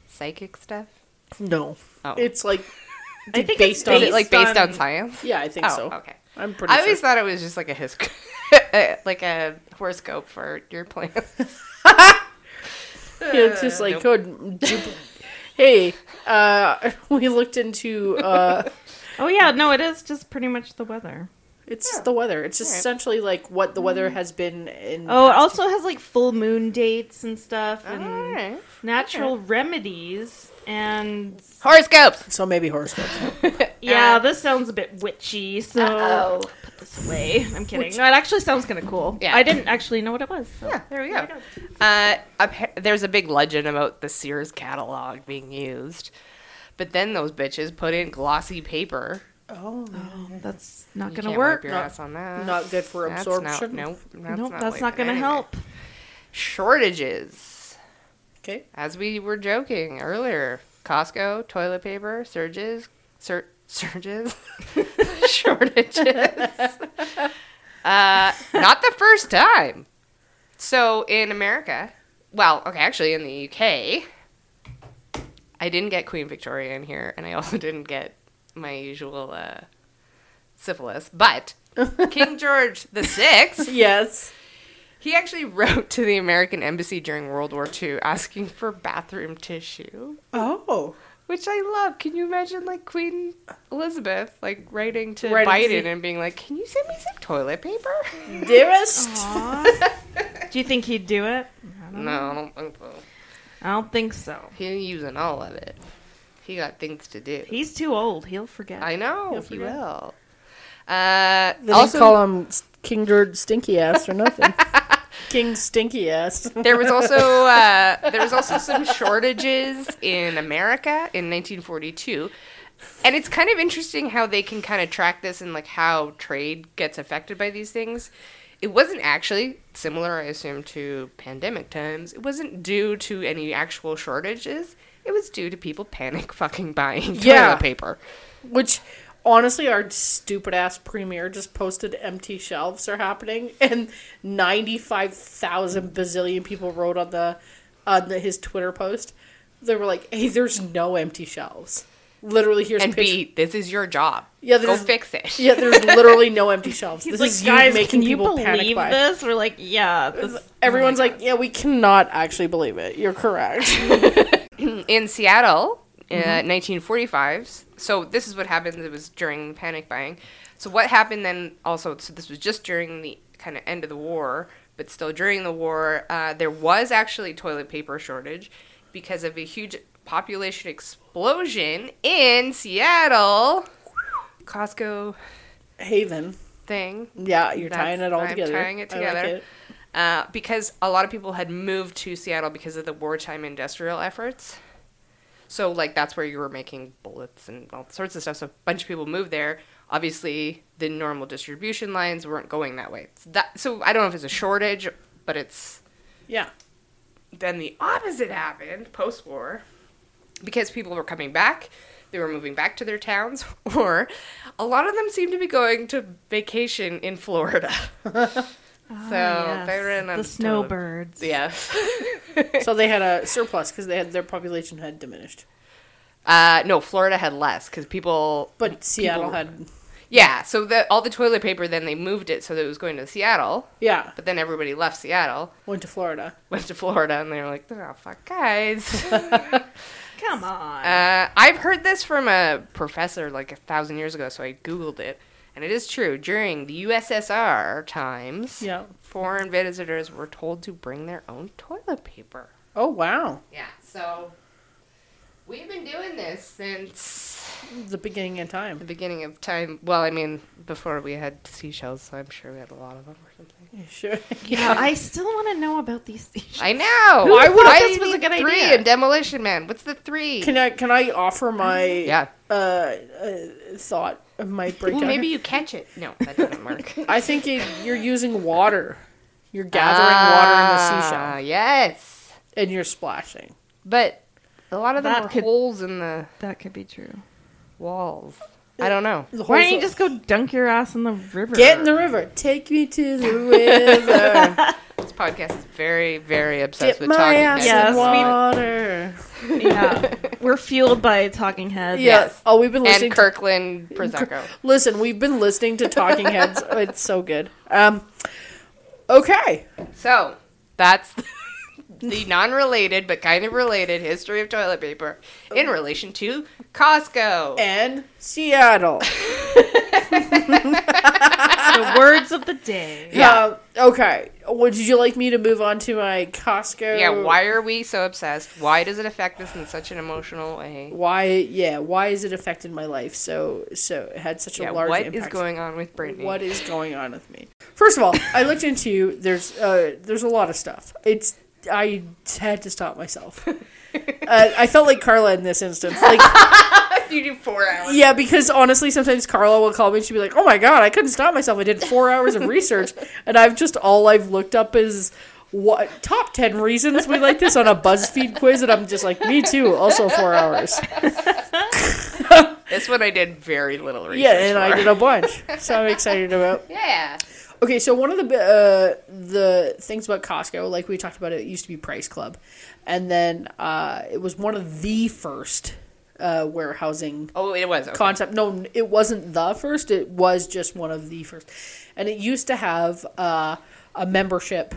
S1: psychic stuff?
S2: like. no,
S1: Oh.
S2: it's like
S3: I think
S2: based
S3: it's
S2: on
S1: Is
S2: it,
S1: it like based on science?
S2: yeah, I think
S1: Oh,
S2: so.
S1: okay.
S2: I'm pretty.
S1: I
S2: sure.
S1: always thought it was just like a his, like a horoscope for your plants.
S2: Yeah, it's
S1: uh,
S2: just like good. hey, uh, we looked into. Uh,
S3: Oh yeah, no, it is just pretty much the weather.
S2: it's just the weather. It's just
S1: Alright.
S2: essentially like what the weather has been in.
S3: Hmm. Oh, it
S2: past-
S3: also has like full moon dates and stuff, and
S1: Alright.
S3: natural remedies, and
S1: Horoscopes.
S2: so maybe horoscope.
S3: yeah,
S1: Uh,
S3: this sounds a bit witchy. So
S1: Uh-oh.
S3: put this away. I'm kidding. No, it actually sounds kind of cool.
S1: Yeah.
S3: I didn't actually know what it was. so
S1: Yeah, there we go. Uh, appa- there's a big legend about the Sears catalog being used, but then those bitches put in glossy paper.
S2: Oh,
S3: that's not
S1: You
S3: gonna
S1: can't
S3: work.
S1: Wipe your
S2: Not-
S1: ass on that.
S2: not good for
S1: That's
S2: absorption.
S1: Not, nope, that's
S3: nope,
S1: not
S3: that's not
S1: wiping
S3: gonna
S1: anyway.
S3: help.
S1: Shortages.
S2: Okay.
S1: As we were joking earlier, Costco toilet paper surges, sur- surges, shortages. uh, not the first time. So in America, well, okay, actually in the UK, I didn't get Queen Victoria in here, and I also didn't get my usual uh, syphilis. But King George the Sixth,
S2: Yes.
S1: he actually wrote to the American embassy during World War II asking for bathroom tissue,
S2: Oh.
S1: which I love. Can you imagine like Queen Elizabeth like writing to Mm-hmm.
S2: Writing
S1: Biden
S2: to-
S1: and being like, "Can you send me some toilet paper?"
S2: Dearest.
S3: Aw. do you think he'd do it? I don't,
S1: no, I don't think so.
S3: I don't think so.
S1: He ain't using all of it. He got things to do.
S3: He's too old. He'll forget.
S1: I know he
S2: forget.
S1: will. Uh,
S2: They
S1: also,
S2: also, call him King George Stinky Ass or nothing. King Stinky Ass.
S1: there was also uh, there was also some shortages in America in 1942, and it's kind of interesting how they can kind of track this and like how trade gets affected by these things. It wasn't actually similar, I assume, to pandemic times. It wasn't due to any actual shortages. It was due to people panic fucking buying
S2: Yeah.
S1: toilet paper.
S2: Which, honestly, our stupid ass premier just posted empty shelves are happening, and 95,000 bazillion people wrote on the on the, his Twitter post. They were like, hey, there's no empty shelves. Literally, here's
S1: And
S2: pic-
S1: B, this is your job.
S2: Yeah,
S1: go
S2: there's-
S1: fix it.
S2: Yeah, there's literally no empty shelves.
S3: He's
S2: this
S3: like,
S2: is
S3: guys,
S2: you making
S3: can you
S2: people panic
S3: believe
S2: buy." Oh
S3: this? We're like, yeah. This,
S2: Everyone's like, yeah, we cannot actually believe it. You're correct.
S1: in Seattle, uh, 1945. So this is what happened. It was during panic buying. So what happened then? Also, so this was just during the kind of end of the war, but still during the war, uh, there was actually toilet paper shortage because of a huge population explosion in Seattle. Costco
S2: Haven.
S1: thing.
S2: Yeah, you're tying
S1: That's-
S2: it all
S1: I'm
S2: together.
S1: tying it
S2: I like
S1: together. Uh, because a lot of people had moved to Seattle because of the wartime industrial efforts. So, like, that's where you were making bullets and all sorts of stuff. So, a bunch of people moved there. Obviously, the normal distribution lines weren't going that way. So, that, so I don't know if it's a shortage, but it's
S2: Yeah.
S1: then the opposite happened post war because people were coming back. They were moving back to their towns, or a lot of them seemed to be going to vacation in Florida. so they were in a
S3: ah, the snowbirds.
S1: Yes.
S2: so they had a surplus because they had their population had diminished,
S1: uh, no, Florida had less because people.
S2: but Seattle
S1: People-
S2: had
S1: Yeah, so the, all the toilet paper, then they moved it so that it was going to Seattle,
S2: yeah
S1: but then everybody left Seattle,
S2: went to Florida.
S1: went to Florida, and they were like, oh, fuck, guys.
S3: Come on.
S1: Uh, I've heard this from a professor like a thousand years ago, so I googled it, and it is true. During the USSR times,
S2: Yeah.
S1: foreign visitors were told to bring their own toilet paper.
S2: Oh wow.
S1: Yeah, so We've been doing this since
S2: The beginning of
S1: the
S2: time.
S1: beginning of time. Well, I mean, before we had seashells, so I'm sure we had a lot of them or something.
S2: Sure.
S3: Yeah, I still want to know about these things.
S1: I know.
S2: Who thought
S1: Why
S3: this
S1: do you
S3: was a
S1: need
S3: good
S1: three
S3: idea?
S1: in Demolition Man? What's the three?
S2: Can I can I offer my
S1: yeah.
S2: uh, uh thought of my breakdown?
S1: Well, maybe you catch it. No, that doesn't work.
S2: I think it, you're using water. You're gathering water in the
S1: Ah,
S2: seashell
S1: Yes,
S2: and you're splashing.
S1: but a lot of them
S3: That
S1: were
S3: could-
S1: holes in the
S3: That could be true.
S1: walls. I don't know.
S2: The
S3: Why
S2: whole
S3: don't you
S2: thing-
S3: just go dunk your ass in the river?
S2: get in the river? Take me to the river.
S1: This podcast is very, very obsessed
S2: Dip
S1: with
S2: my
S1: talking.
S2: ass
S1: heads.
S3: Yes,
S2: in
S3: we-
S2: water.
S3: yeah. We're fueled by Talking Heads.
S2: Yeah. Oh, we've been listening.
S1: and
S2: To,
S1: Kirkland Prosecco.
S2: listen, we've been listening to Talking Heads. it's so good. Um. Okay.
S1: So that's the non-related but kind of related history of toilet paper in relation to Costco.
S2: And Seattle.
S3: The words of the day.
S2: Yeah. Uh, okay. Would you like me to move on to my Costco?
S1: yeah, why are we so obsessed? Why does it affect us in such an emotional way?
S2: Why? Yeah. Why has it affected my life so so? It had such a
S1: Yeah,
S2: large
S1: what
S2: impact.
S1: is going on with Brittany?
S2: What is going on with me? First of all, I looked into there's uh there's a lot of stuff. It's I had to stop myself. Uh, I felt like Carla in this instance. Like,
S1: you do four hours?
S2: yeah, because honestly, sometimes Carla will call me and she'll be like, oh my God, I couldn't stop myself. I did four hours of research, and I've just, all I've looked up is what top 10 reasons we like this on a BuzzFeed quiz, and I'm just like, me too, also four hours.
S1: This one I did very little research.
S2: Yeah, and I
S1: for.
S2: did a bunch. So I'm excited about.
S1: Yeah.
S2: Okay, so one of the uh, the things about Costco, like we talked about, it used to be Price Club, and then uh, it was one of the first uh, warehousing
S1: Oh, it was. Okay.
S2: concept. No, it wasn't the first. It was just one of the first, and it used to have uh, a membership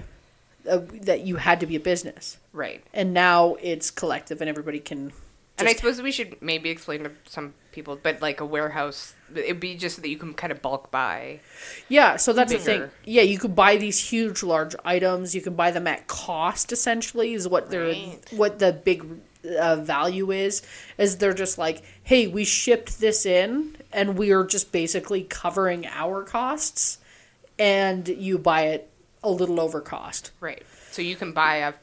S2: uh, that you had to be a business,
S1: right.
S2: and now it's collective, and everybody can.
S1: And I
S2: just-
S1: suppose we should maybe explain to some people, but like a warehouse, it'd be just that you can kind of bulk buy.
S2: Yeah, so that's the thing.
S1: Bigger.
S2: Yeah, you could buy these huge, large items. You can buy them at cost. Essentially, is what they're
S1: Right.
S2: what the big uh, value is. Is they're just like, hey, we shipped this in, and we are just basically covering our costs, and you buy it a little over cost.
S1: Right. So you can buy a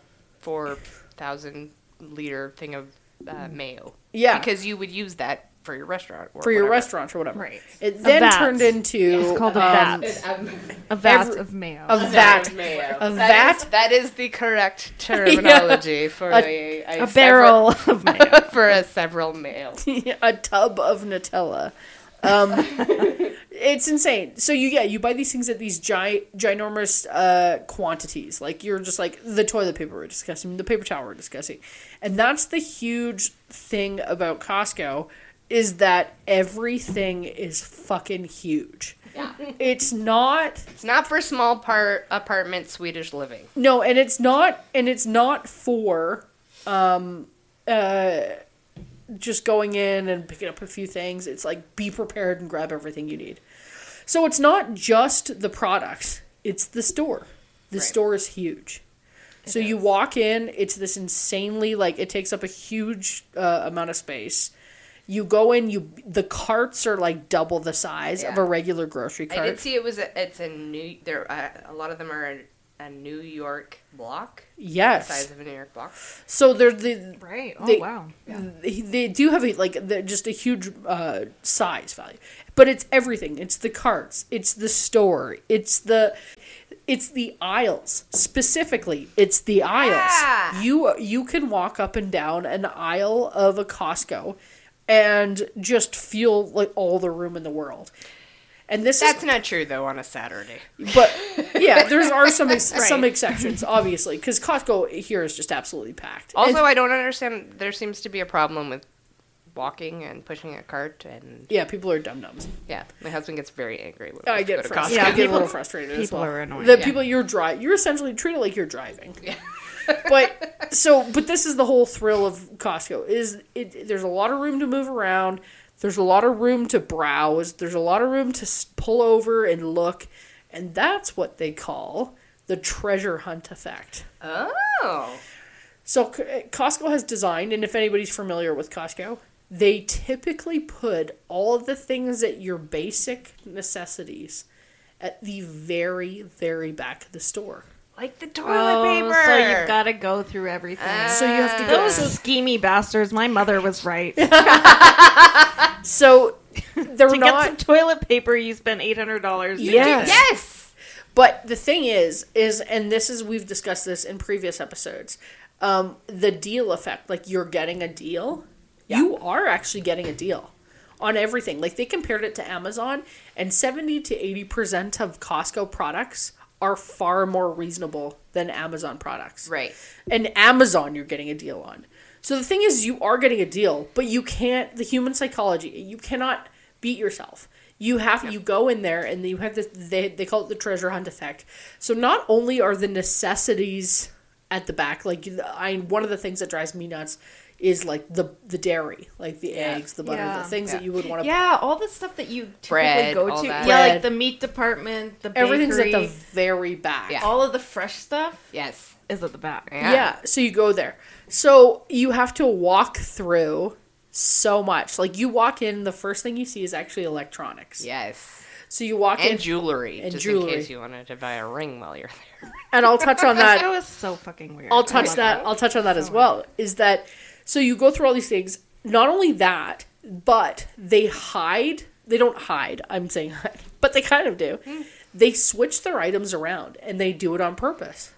S1: 4,000 liter thing of uh, mayo.
S2: Mm. Yeah.
S1: Because you would use that for your restaurant. Or
S2: For your
S1: whatever.
S2: restaurant or whatever,
S3: Right.
S2: It
S3: A
S2: then
S3: vat.
S2: turned into
S3: It's called a
S2: um,
S3: vat.
S1: Um,
S3: A vat
S2: Every-
S3: of mayo.
S2: a vat,
S1: mayo.
S2: a
S1: That is,
S2: vat,
S1: that is the correct terminology for
S2: A-
S1: a, a,
S3: a barrel of mayo.
S1: several- for a several male.
S2: a tub of Nutella. Um, it's insane. So you yeah, you buy these things at these giant ginormous uh, quantities. Like you're just like the toilet paper we're discussing, the paper towel we're discussing, and that's the huge thing about Costco is that everything is fucking huge.
S1: Yeah.
S2: It's not
S1: It's not for small part apartment Swedish living.
S2: no, and it's not, and it's not for, um, uh, just going in and picking up a few things. It's like be prepared and grab everything you need. So it's not just the products; it's the store. The
S1: Right.
S2: store is huge. so you walk in, it's this insanely like it takes up a huge uh, amount of space. You go in, you the carts are like double the size of
S1: Yeah.
S2: a regular grocery cart.
S1: I did see it was a, it's a new there uh, a lot of them are in a New York block
S2: yes.
S1: size of a New York block.
S2: So they're the
S3: Right. Oh,
S2: They-
S3: wow.
S2: they, they do have a, like they're just a huge uh, size value but it's everything it's the carts it's the store it's the it's the aisles specifically it's the aisles
S1: Ah.
S2: you you can walk up and down an aisle of a costco and just feel like all the room in the world and this is
S1: That's not true though on a Saturday.
S2: but yeah there's are some ex- some exceptions obviously because costco here is just absolutely packed
S1: Also, I don't understand. There seems to be a problem with walking and pushing a cart, and
S2: yeah people are dumb dumbs
S1: yeah, my husband gets very angry when
S2: I
S1: we
S2: get
S1: go to
S2: frustrated.
S1: Costco.
S2: Yeah, I get
S3: Yeah,
S2: a little
S3: people-
S2: frustrated. as
S3: people
S2: well.
S3: are annoying.
S2: The
S1: Yeah.
S2: people you're driving, you're essentially treated like you're driving. but so, but this is the whole thrill of Costco. Is it? There's a lot of room to move around. There's a lot of room to browse. There's a lot of room to s- pull over and look, and that's what they call the treasure hunt effect.
S1: Oh,
S2: So C- Costco has designed, and if anybody's familiar with Costco, they typically put all of the things that your basic necessities at the very, very back of the store.
S1: Like the toilet
S3: Oh,
S1: paper. Uh,
S3: so you've got to go through everything.
S2: So you have to go.
S3: Ah. Those
S2: so,
S3: schemy bastards. My mother was right.
S2: so they're
S3: to
S2: not.
S3: get some toilet paper, you spend eight hundred dollars.
S2: Yes.
S1: yes.
S2: But the thing is, is and this is we've discussed this in previous episodes, um, the deal effect. Like you're getting a deal, you are actually getting a deal on everything. Like they compared it to Amazon, and seventy to eighty percent of Costco products are far more reasonable than Amazon products.
S1: Right.
S2: And Amazon, you're getting a deal on. So the thing is, you are getting a deal, but you can't. The human psychology, you cannot beat yourself. You have you go in there, and you have this. They they call it the treasure hunt effect. So not only are the necessities at the back, like I one of the things that drives me nuts is like the the dairy, like the eggs, the butter,
S3: Yeah.
S2: the things
S1: Yeah.
S2: that you would want to.
S3: Yeah, all the stuff that you typically
S1: Bread,
S3: go
S1: all
S3: to.
S1: that.
S3: Yeah,
S2: Bread.
S3: like the meat department, the bakery,
S2: Everything's at the very back.
S1: Yeah.
S3: all of the fresh stuff
S1: Yes.
S3: is at the back.
S1: Yeah.
S2: Yeah. so you go there. So you have to walk through so much. Like you walk in, the first thing you see is actually electronics.
S1: Yes.
S2: So you walk in,
S1: And jewelry,
S2: And
S1: just
S2: jewelry.
S1: in case you wanted to buy a ring while you're there.
S2: and I'll touch on that.
S3: That was so fucking weird.
S2: I'll
S3: I
S2: touch
S3: love
S2: that. I'll touch on that as well. Is that so? You go through all these things. Not only that, but they hide. They don't hide. I'm saying hide, but they kind of do. They switch their items around, and they do it on purpose.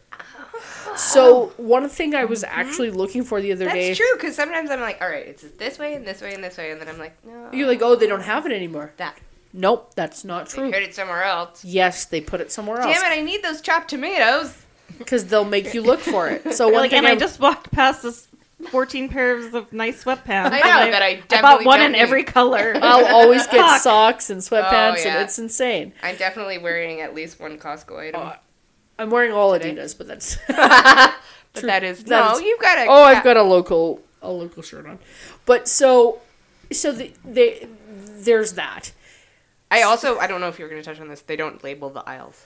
S2: So one thing I was actually looking for the other day.
S1: That's true, because sometimes I'm like, all right, it's this way and this way and this way, and then I'm like, no.
S2: You're like, oh, they don't have it anymore.
S1: that.
S2: Nope, that's not
S1: They
S2: true.
S1: put it somewhere else.
S2: Yes, they put it somewhere
S1: Damn
S2: else
S1: it! I need those chopped tomatoes.
S2: because they'll make you look for it. So one
S3: like,
S2: thing
S3: and
S2: I
S3: I just walked past this 14 pairs of nice sweatpants.
S1: I know,
S3: and
S1: that I
S3: I
S1: definitely
S3: bought one
S1: don't
S3: in
S1: need.
S3: every color.
S2: I'll always get
S3: Fuck.
S2: socks and
S1: Oh,
S2: sweatpants,
S1: yeah.
S2: and it's insane.
S1: I'm definitely wearing at least one Costco item.
S2: Uh, I'm wearing all
S1: Today.
S2: Adidas, but that's
S1: but
S2: true.
S1: that is
S2: That
S1: no.
S2: is-
S1: you've got a
S2: oh, I've got a local a local shirt on. But so so the, they there's that.
S1: I also I don't know if you're going to touch on this. They don't label the aisles.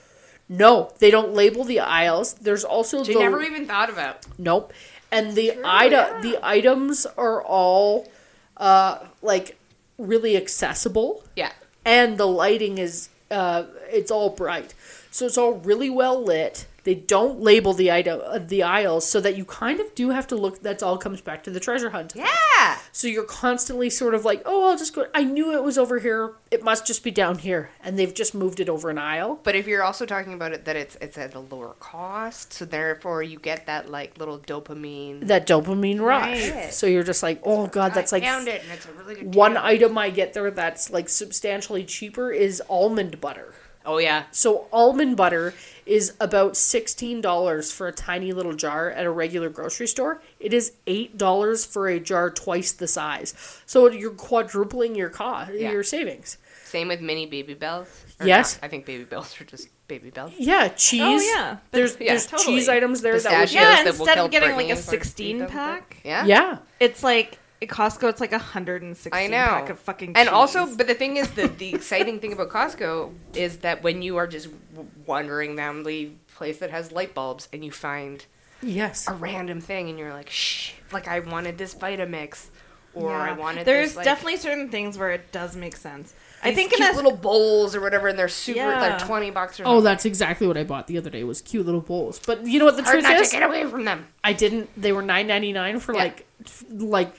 S2: No, they don't label the aisles. There's also
S1: Which I
S2: the
S1: never even thought about.
S2: Nope. And the ida the items are all uh like really accessible
S1: Yeah.
S2: and the lighting is uh it's all bright. So it's all really well lit. They don't label the item uh, the aisles so that you kind of do have to look that's all comes back to the treasure hunt.
S1: Yeah.
S2: So you're constantly sort of like, "Oh, I'll just go I knew it was over here. It must just be down here." And they've just moved it over an aisle.
S1: But if you're also talking about it that it's it's at a lower cost, so therefore you get that like little dopamine.
S2: That dopamine rush.
S1: Right.
S2: So you're just like, "Oh god, that's
S1: I
S2: like
S1: found it and it's a really good
S2: One
S1: deal.
S2: item I get there that's like substantially cheaper is almond butter.
S1: Oh yeah.
S2: So almond butter is about sixteen dollars for a tiny little jar at a regular grocery store. It is eight dollars for a jar twice the size. So you're quadrupling your cost,
S1: Yeah.
S2: your savings.
S1: Same with mini baby bells. Or
S2: Yes.
S1: not, I think baby bells are just baby bells.
S2: Yeah, cheese.
S3: yeah.
S2: there's
S1: Oh, Yeah,
S2: there's
S1: totally.
S2: cheese items there
S1: Pistachios
S2: that
S1: that
S3: Yeah,
S1: will
S3: instead
S1: kill
S3: of getting like
S1: Britney
S3: a
S1: and Bart-
S3: 16 pack,
S1: Yeah.
S2: would yeah.
S3: it's like at Costco, it's like a 116
S1: I know.
S3: pack of fucking
S1: and also,
S3: cheese.
S1: but the thing is, the, the exciting thing about Costco is that when you are just w- wandering down the place that has light bulbs and you find
S2: Yes.
S1: a random thing and you're like, shh, like I wanted this Vitamix or
S3: Yeah.
S1: I wanted
S3: There's
S1: this, like,
S3: definitely certain things where it does make sense. I
S1: these
S3: think in
S1: cute
S3: a
S1: little bowls or whatever, and they're super,
S3: Yeah.
S1: they're 20 bucks or
S2: Oh,
S1: something.
S2: that's exactly what I bought the other day was cute little bowls. But you know what the
S1: Hard
S2: truth
S1: not
S2: is?
S1: to get away from them.
S2: I didn't. They were nine ninety nine for
S1: Yeah.
S2: like, f- like,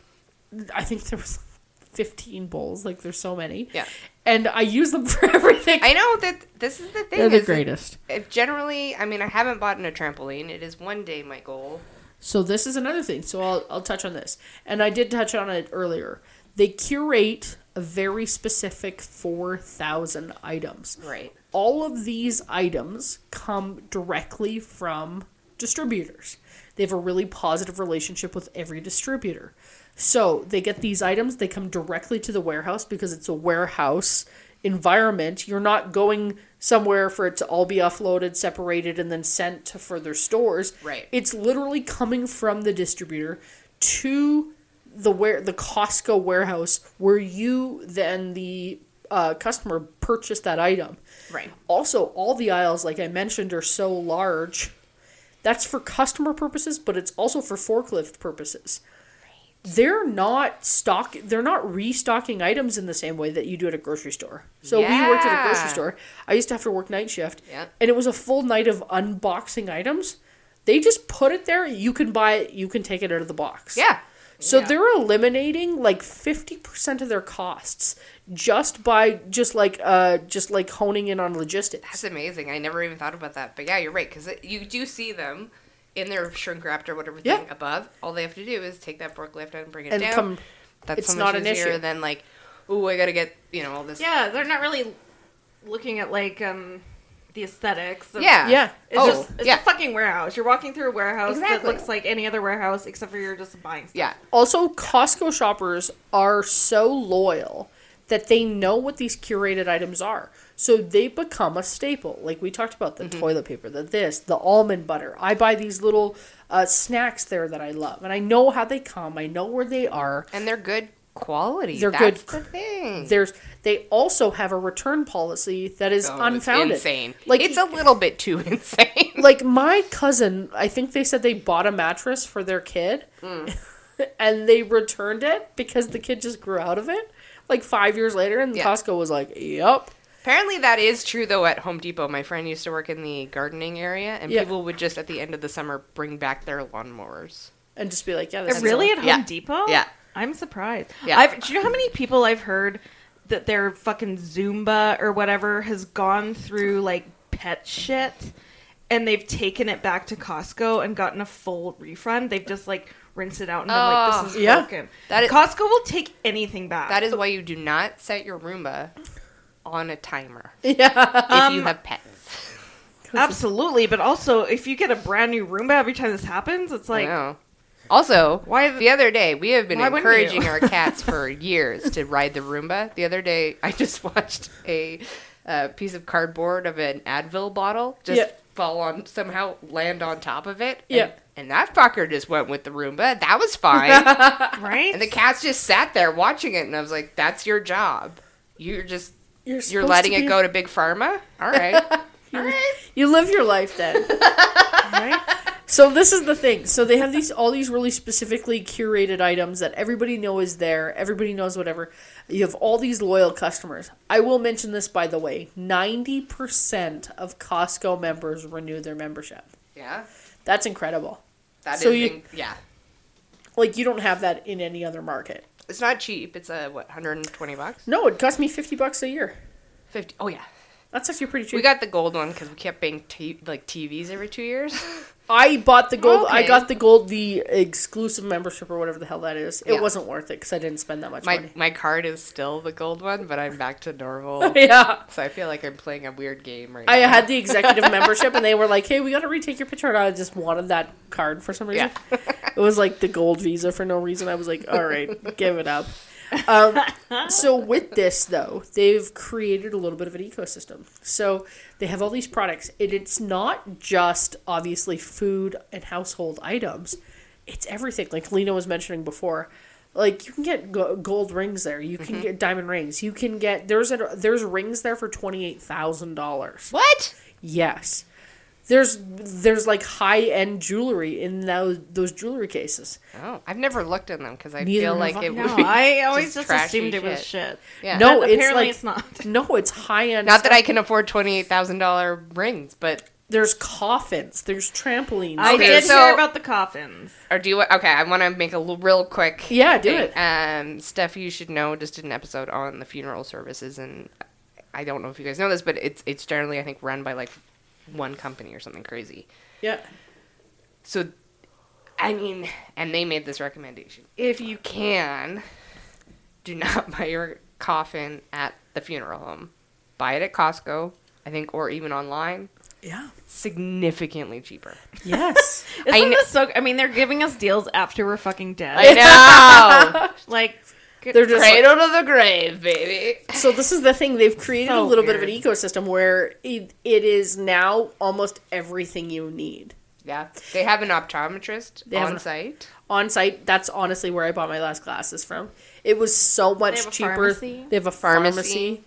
S2: I think there was fifteen bowls. Like, there's so many.
S1: Yeah.
S2: And I use them for everything.
S1: I know that this is the thing.
S2: They're the
S1: is that
S2: greatest.
S1: If generally, I mean, I haven't bought in a trampoline. It is one day my goal.
S2: So this is another thing. So I'll I'll touch on this, and I did touch on it earlier. They curate a very specific four thousand items.
S1: Right.
S2: All of these items come directly from distributors. They have a really positive relationship with every distributor. So they get these items, they come directly to the warehouse because it's a warehouse environment. You're not going somewhere for it to all be offloaded, separated, and then sent to further stores.
S1: Right.
S2: It's literally coming from the distributor to the where the Costco warehouse where you then the uh, customer purchased that item.
S1: Right.
S2: Also, all the aisles, like I mentioned, are so large That's for customer purposes, but it's also for forklift purposes. They're not stock. They're not restocking items in the same way that you do at a grocery store. So we worked at a grocery
S1: Yeah.
S2: store. I used to have to work night shift,
S1: Yeah.
S2: and it was a full night of unboxing items. They just put it there. You can buy it. You can take it out of the box.
S1: Yeah.
S2: So
S1: Yeah.
S2: they're eliminating like 50% of their costs just by just like uh just like honing in on logistics.
S1: That's amazing. I never even thought about that. But yeah, you're right because you do see them in their shrink wrapped or whatever
S2: Yeah.
S1: thing above. All they have to do is take that forklift and bring it
S2: And
S1: down.
S2: come-
S1: That's
S2: it's
S1: so
S2: not
S1: much
S2: an
S1: easier
S2: issue.
S1: than like, ooh, I gotta get you know all this.
S3: Yeah, they're not really looking at like um the aesthetics. Of,
S1: Yeah.
S2: Yeah.
S3: It's
S1: oh,
S3: just it's
S1: yeah.
S3: a fucking warehouse. You're walking through a warehouse that
S1: Exactly.
S3: looks like any other warehouse except for you're just buying stuff.
S1: yeah.
S2: Also, Costco shoppers are so loyal that they know what these curated items are. So they become a staple. Like we talked about
S1: Mm-hmm.
S2: the toilet paper, the this, the almond butter. I buy these little uh, snacks there that I love, and I know how they come. I know where they are.
S1: And they're good quality.
S2: They're
S1: That's
S2: good-
S1: The thing.
S2: There's they also have a return policy that is
S1: Oh, it's
S2: unfounded.
S1: insane.
S2: Like
S1: Like it's a little bit too insane.
S2: like my cousin, I think they said they bought a mattress for their kid and they returned it because the kid just grew out of it like 5 years later and
S1: Yeah.
S2: Costco was like, "Yep."
S1: Apparently, that is true though at Home Depot. My friend used to work in the gardening area, and
S2: Yeah.
S1: people would just at the end of the summer bring back their lawnmowers.
S2: And just be like, "Yeah,
S3: Uh,
S2: this is
S3: really
S2: all-
S3: at Home
S1: Yeah.
S3: Depot?
S1: Yeah.
S3: I'm surprised.
S1: Yeah.
S3: I've, do you know how many people I've heard that their fucking Zumba or whatever has gone through like pet shit and they've taken it back to Costco and gotten a full refund? They've just like rinsed it out and been like,
S1: Oh,
S3: this is
S2: yeah.
S3: broken.
S1: That is-
S3: Costco will take anything back.
S1: That is why you do not set your Roomba on a timer
S2: Yeah.
S1: if you
S3: Um,
S1: have pets.
S3: Absolutely. But also, if you get a brand new Roomba every time this happens, it's
S1: I
S3: like,
S1: know. Also,
S3: Why
S1: why
S3: th-
S1: the other day we have been
S3: Why wouldn't you?
S1: encouraging our cats for years to ride the Roomba. The other day, I just watched a uh, piece of cardboard of an Advil bottle just
S2: Yeah.
S1: fall on somehow land on top of it.
S2: Yeah.
S1: and, and that fucker just went with the Roomba. That was fine.
S3: right?
S1: and the cats just sat there watching it, and I was like, "That's your job. You're just
S2: You're,
S1: you're
S2: supposed
S1: letting
S2: to
S1: it
S2: be-
S1: go to Big Pharma. All right, all right."
S2: You live your life then."
S3: right?
S2: So this is the thing. So they have these all these really specifically curated items that everybody know is there. Everybody knows whatever. You have all these loyal customers. I will mention this by the way. 90% of Costco members renew their membership.
S1: Yeah,
S2: That's incredible.
S1: that is
S2: So you-
S1: in- yeah.
S2: Like you don't have that in any other market.
S1: It's not cheap. It's a what, 120 bucks?
S2: No, it cost me 50 bucks a year.
S1: 50. Oh yeah.
S2: That's actually pretty cheap.
S1: We got the gold one because we kept buying t- like TVs every two years.
S2: I bought the gold. I
S1: Okay.
S2: got the gold, the exclusive membership or whatever the hell that is. It
S1: Yeah.
S2: wasn't worth it because I didn't spend that much
S1: my
S2: money.
S1: my card is still the gold one, but I'm back to normal.
S2: yeah.
S1: so I feel like I'm playing a weird game right
S2: I
S1: now.
S2: had the executive membership, and they were like, "Hey, we got to retake your picture." And I just wanted that card for some reason. it was like the gold visa for no reason. I was like, "All right, give it up." Um, so with this though, they've created a little bit of an ecosystem. So they have all these products, and it's not just obviously food and household items. It's everything. Like Lena was mentioning before, like you can get go- gold rings there. You can get diamond rings. You can get there's a, there's rings there for twenty eight thousand dollars.
S1: what?
S2: Yes. There's there's like high end jewelry in those those jewelry cases.
S1: Oh, I've never looked in them because I
S2: Neither
S1: feel
S2: have
S1: like
S2: I.
S1: it
S3: No,
S1: would. be
S3: I always just,
S1: trashy
S3: assumed it was shit.
S1: Yeah.
S2: No,
S3: But
S2: it's
S3: apparently
S2: like-
S3: it's not.
S2: No, it's high end.
S1: Not that I can afford twenty eight thousand dollar rings, but
S2: There's coffins. There's trampolines.
S3: I
S1: Okay,
S2: there's-
S3: did
S1: so-
S3: hear about the coffins.
S1: or do you? Okay, I want to make a l- real quick.
S2: Yeah, do
S1: thing.
S2: it.
S1: Um, stuff you should know. Just did an episode on the funeral services, and I don't know if you guys know this, but it's it's generally I think run by like one company or something crazy.
S2: Yeah.
S1: So, I mean, and they made this recommendation. If you can, do not buy your coffin at the funeral home. Buy it at Costco, I think, or even online.
S2: Yeah.
S1: Significantly cheaper.
S2: Yes.
S3: Isn't
S1: kn-
S3: this so? I mean, they're giving us deals after we're fucking dead.
S1: I know.
S3: like, good-
S2: They're just like-
S1: Cradle to the grave, baby.
S2: so this is the thing they've created
S3: So
S2: a little bit of an
S3: weird.
S2: ecosystem where it, it is now almost everything you need.
S1: Yeah, they have an optometrist
S2: They have
S1: on
S2: an-
S1: site.
S2: on site. That's honestly where I bought my last glasses from. It was so much
S3: have a
S2: cheaper.
S3: pharmacy?
S2: They have a
S1: Pharmacy.
S2: pharmacy.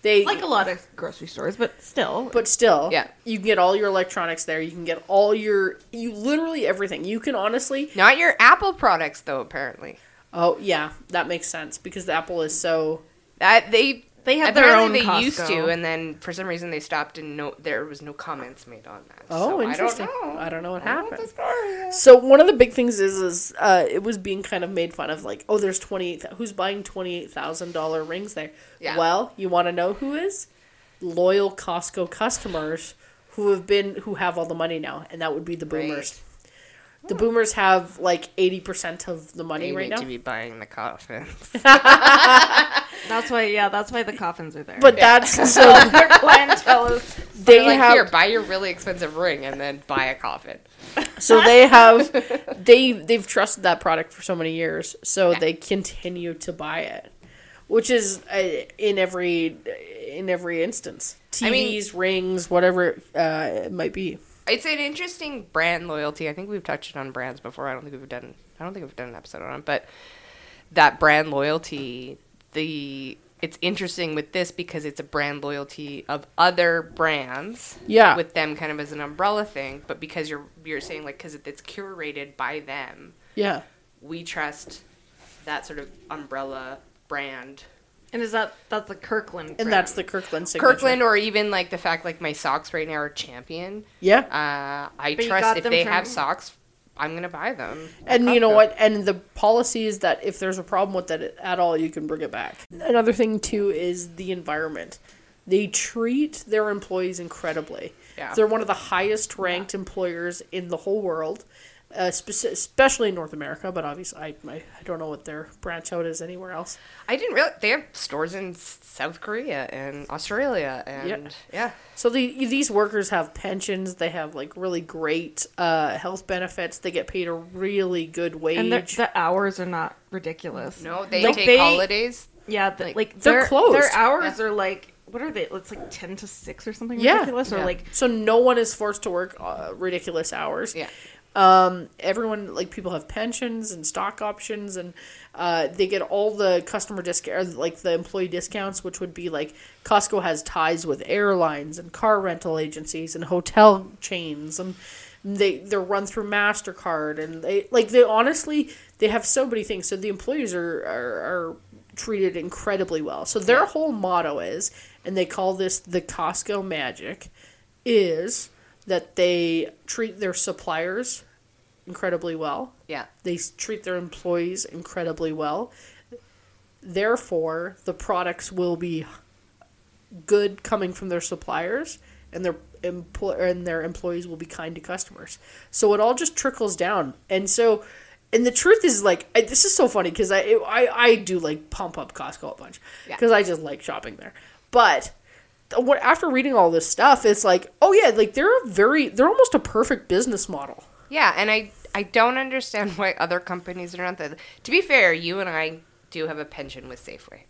S2: They
S3: Like a lot of grocery stores, but still.
S2: but still
S1: Yeah.
S2: you can get all your electronics there you can get all your you literally everything you can honestly
S1: Not your Apple products though, apparently.
S2: oh yeah that makes sense because the apple is so
S1: That Uh, they
S3: They have their
S1: apparently
S3: own
S1: they used
S3: Costco.
S1: to, and then for some reason they stopped, and no, there was no comments made on that.
S2: oh
S1: So
S2: interesting
S1: I don't know.
S2: what
S1: I don't know what
S2: happened
S1: the story is.
S2: so one of the big things is is uh, it was being kind of made fun of like oh there's 28 who's buying $28000 rings there
S1: Yeah.
S2: well you want to know who is loyal costco customers who have been who have all the money now and that would be the boomers the boomers have like 80% of the money
S1: You
S2: right
S1: need
S2: now
S1: to be buying the coffins.
S3: That's why, yeah, that's why the coffins are there.
S2: But that's so
S3: their clientele is
S2: they
S1: They're like,
S2: have
S1: here, buy your really expensive ring, and then buy a coffin.
S2: so they have they they've trusted that product for so many years, so they continue to buy it, which is uh, in every in every instance. TVs,
S1: I mean-
S2: rings, whatever uh, it might be.
S1: It's an interesting brand loyalty. I think we've touched on brands before. I don't think we've done. I don't think we've done an episode on it, but that brand loyalty. The it's interesting with this because it's a brand loyalty of other brands.
S2: Yeah.
S1: with them kind of as an umbrella thing, but because you're you're saying like because it's curated by them,
S2: Yeah.
S1: we trust that sort of umbrella brand
S3: And is that that's the Kirkland?
S2: And
S3: brand.
S2: that's the Kirkland signature.
S1: Kirkland, or even like the fact like my socks right now are Champion.
S2: Yeah.
S1: Uh, I
S3: But you got
S1: trust if
S3: them
S1: they
S3: from-
S1: have socks, I'm gonna buy them.
S2: And
S1: at
S2: you know
S1: Costco.
S2: what? And the policy is that if there's a problem with it at all, you can bring it back. Another thing too is the environment. They treat their employees incredibly.
S1: Yeah.
S2: They're one of the highest ranked employers in the whole world, uh, speci- especially in North America. But obviously, I, I I don't know what their branch out is anywhere else.
S1: I didn't realize they have stores in S- South Korea and Australia and
S2: Yeah.
S1: yeah.
S2: So the, these workers have pensions. They have like really great uh, health benefits. They get paid a really good wage.
S3: and the, the hours are not ridiculous.
S1: No, they
S3: Like,
S1: take
S3: they-
S1: holidays.
S3: Yeah, the, like,
S2: they're
S3: their,
S2: closed.
S3: Their hours are like what are they? It's like ten to six or something ridiculous, or
S2: Yeah.
S3: like
S2: so no one is forced to work uh, ridiculous hours.
S1: Yeah.
S2: Um, everyone like people have pensions and stock options, and uh, they get all the customer discount, like the employee discounts, which would be like Costco has ties with airlines and car rental agencies and hotel chains, and they they're run through Mastercard, and they like they honestly they have so many things. So the employees are are, are treated incredibly well. So their whole motto is, and they call this the Costco magic, is that they treat their suppliers incredibly well.
S1: Yeah.
S2: They s- treat their employees incredibly well. Therefore, the products will be good coming from their suppliers, and their empl- and their employees will be kind to customers. So it all just trickles down, and so. And the truth is, like, I, this is so funny because I, it- I I do like pump up Costco a bunch
S1: Yeah.
S2: because I just like shopping there. But th- what after reading all this stuff, it's like, oh yeah, like they're a very they're almost a perfect business model.
S1: Yeah, and I I don't understand why other companies are not that. To be fair, you and I do have a pension with Safeway.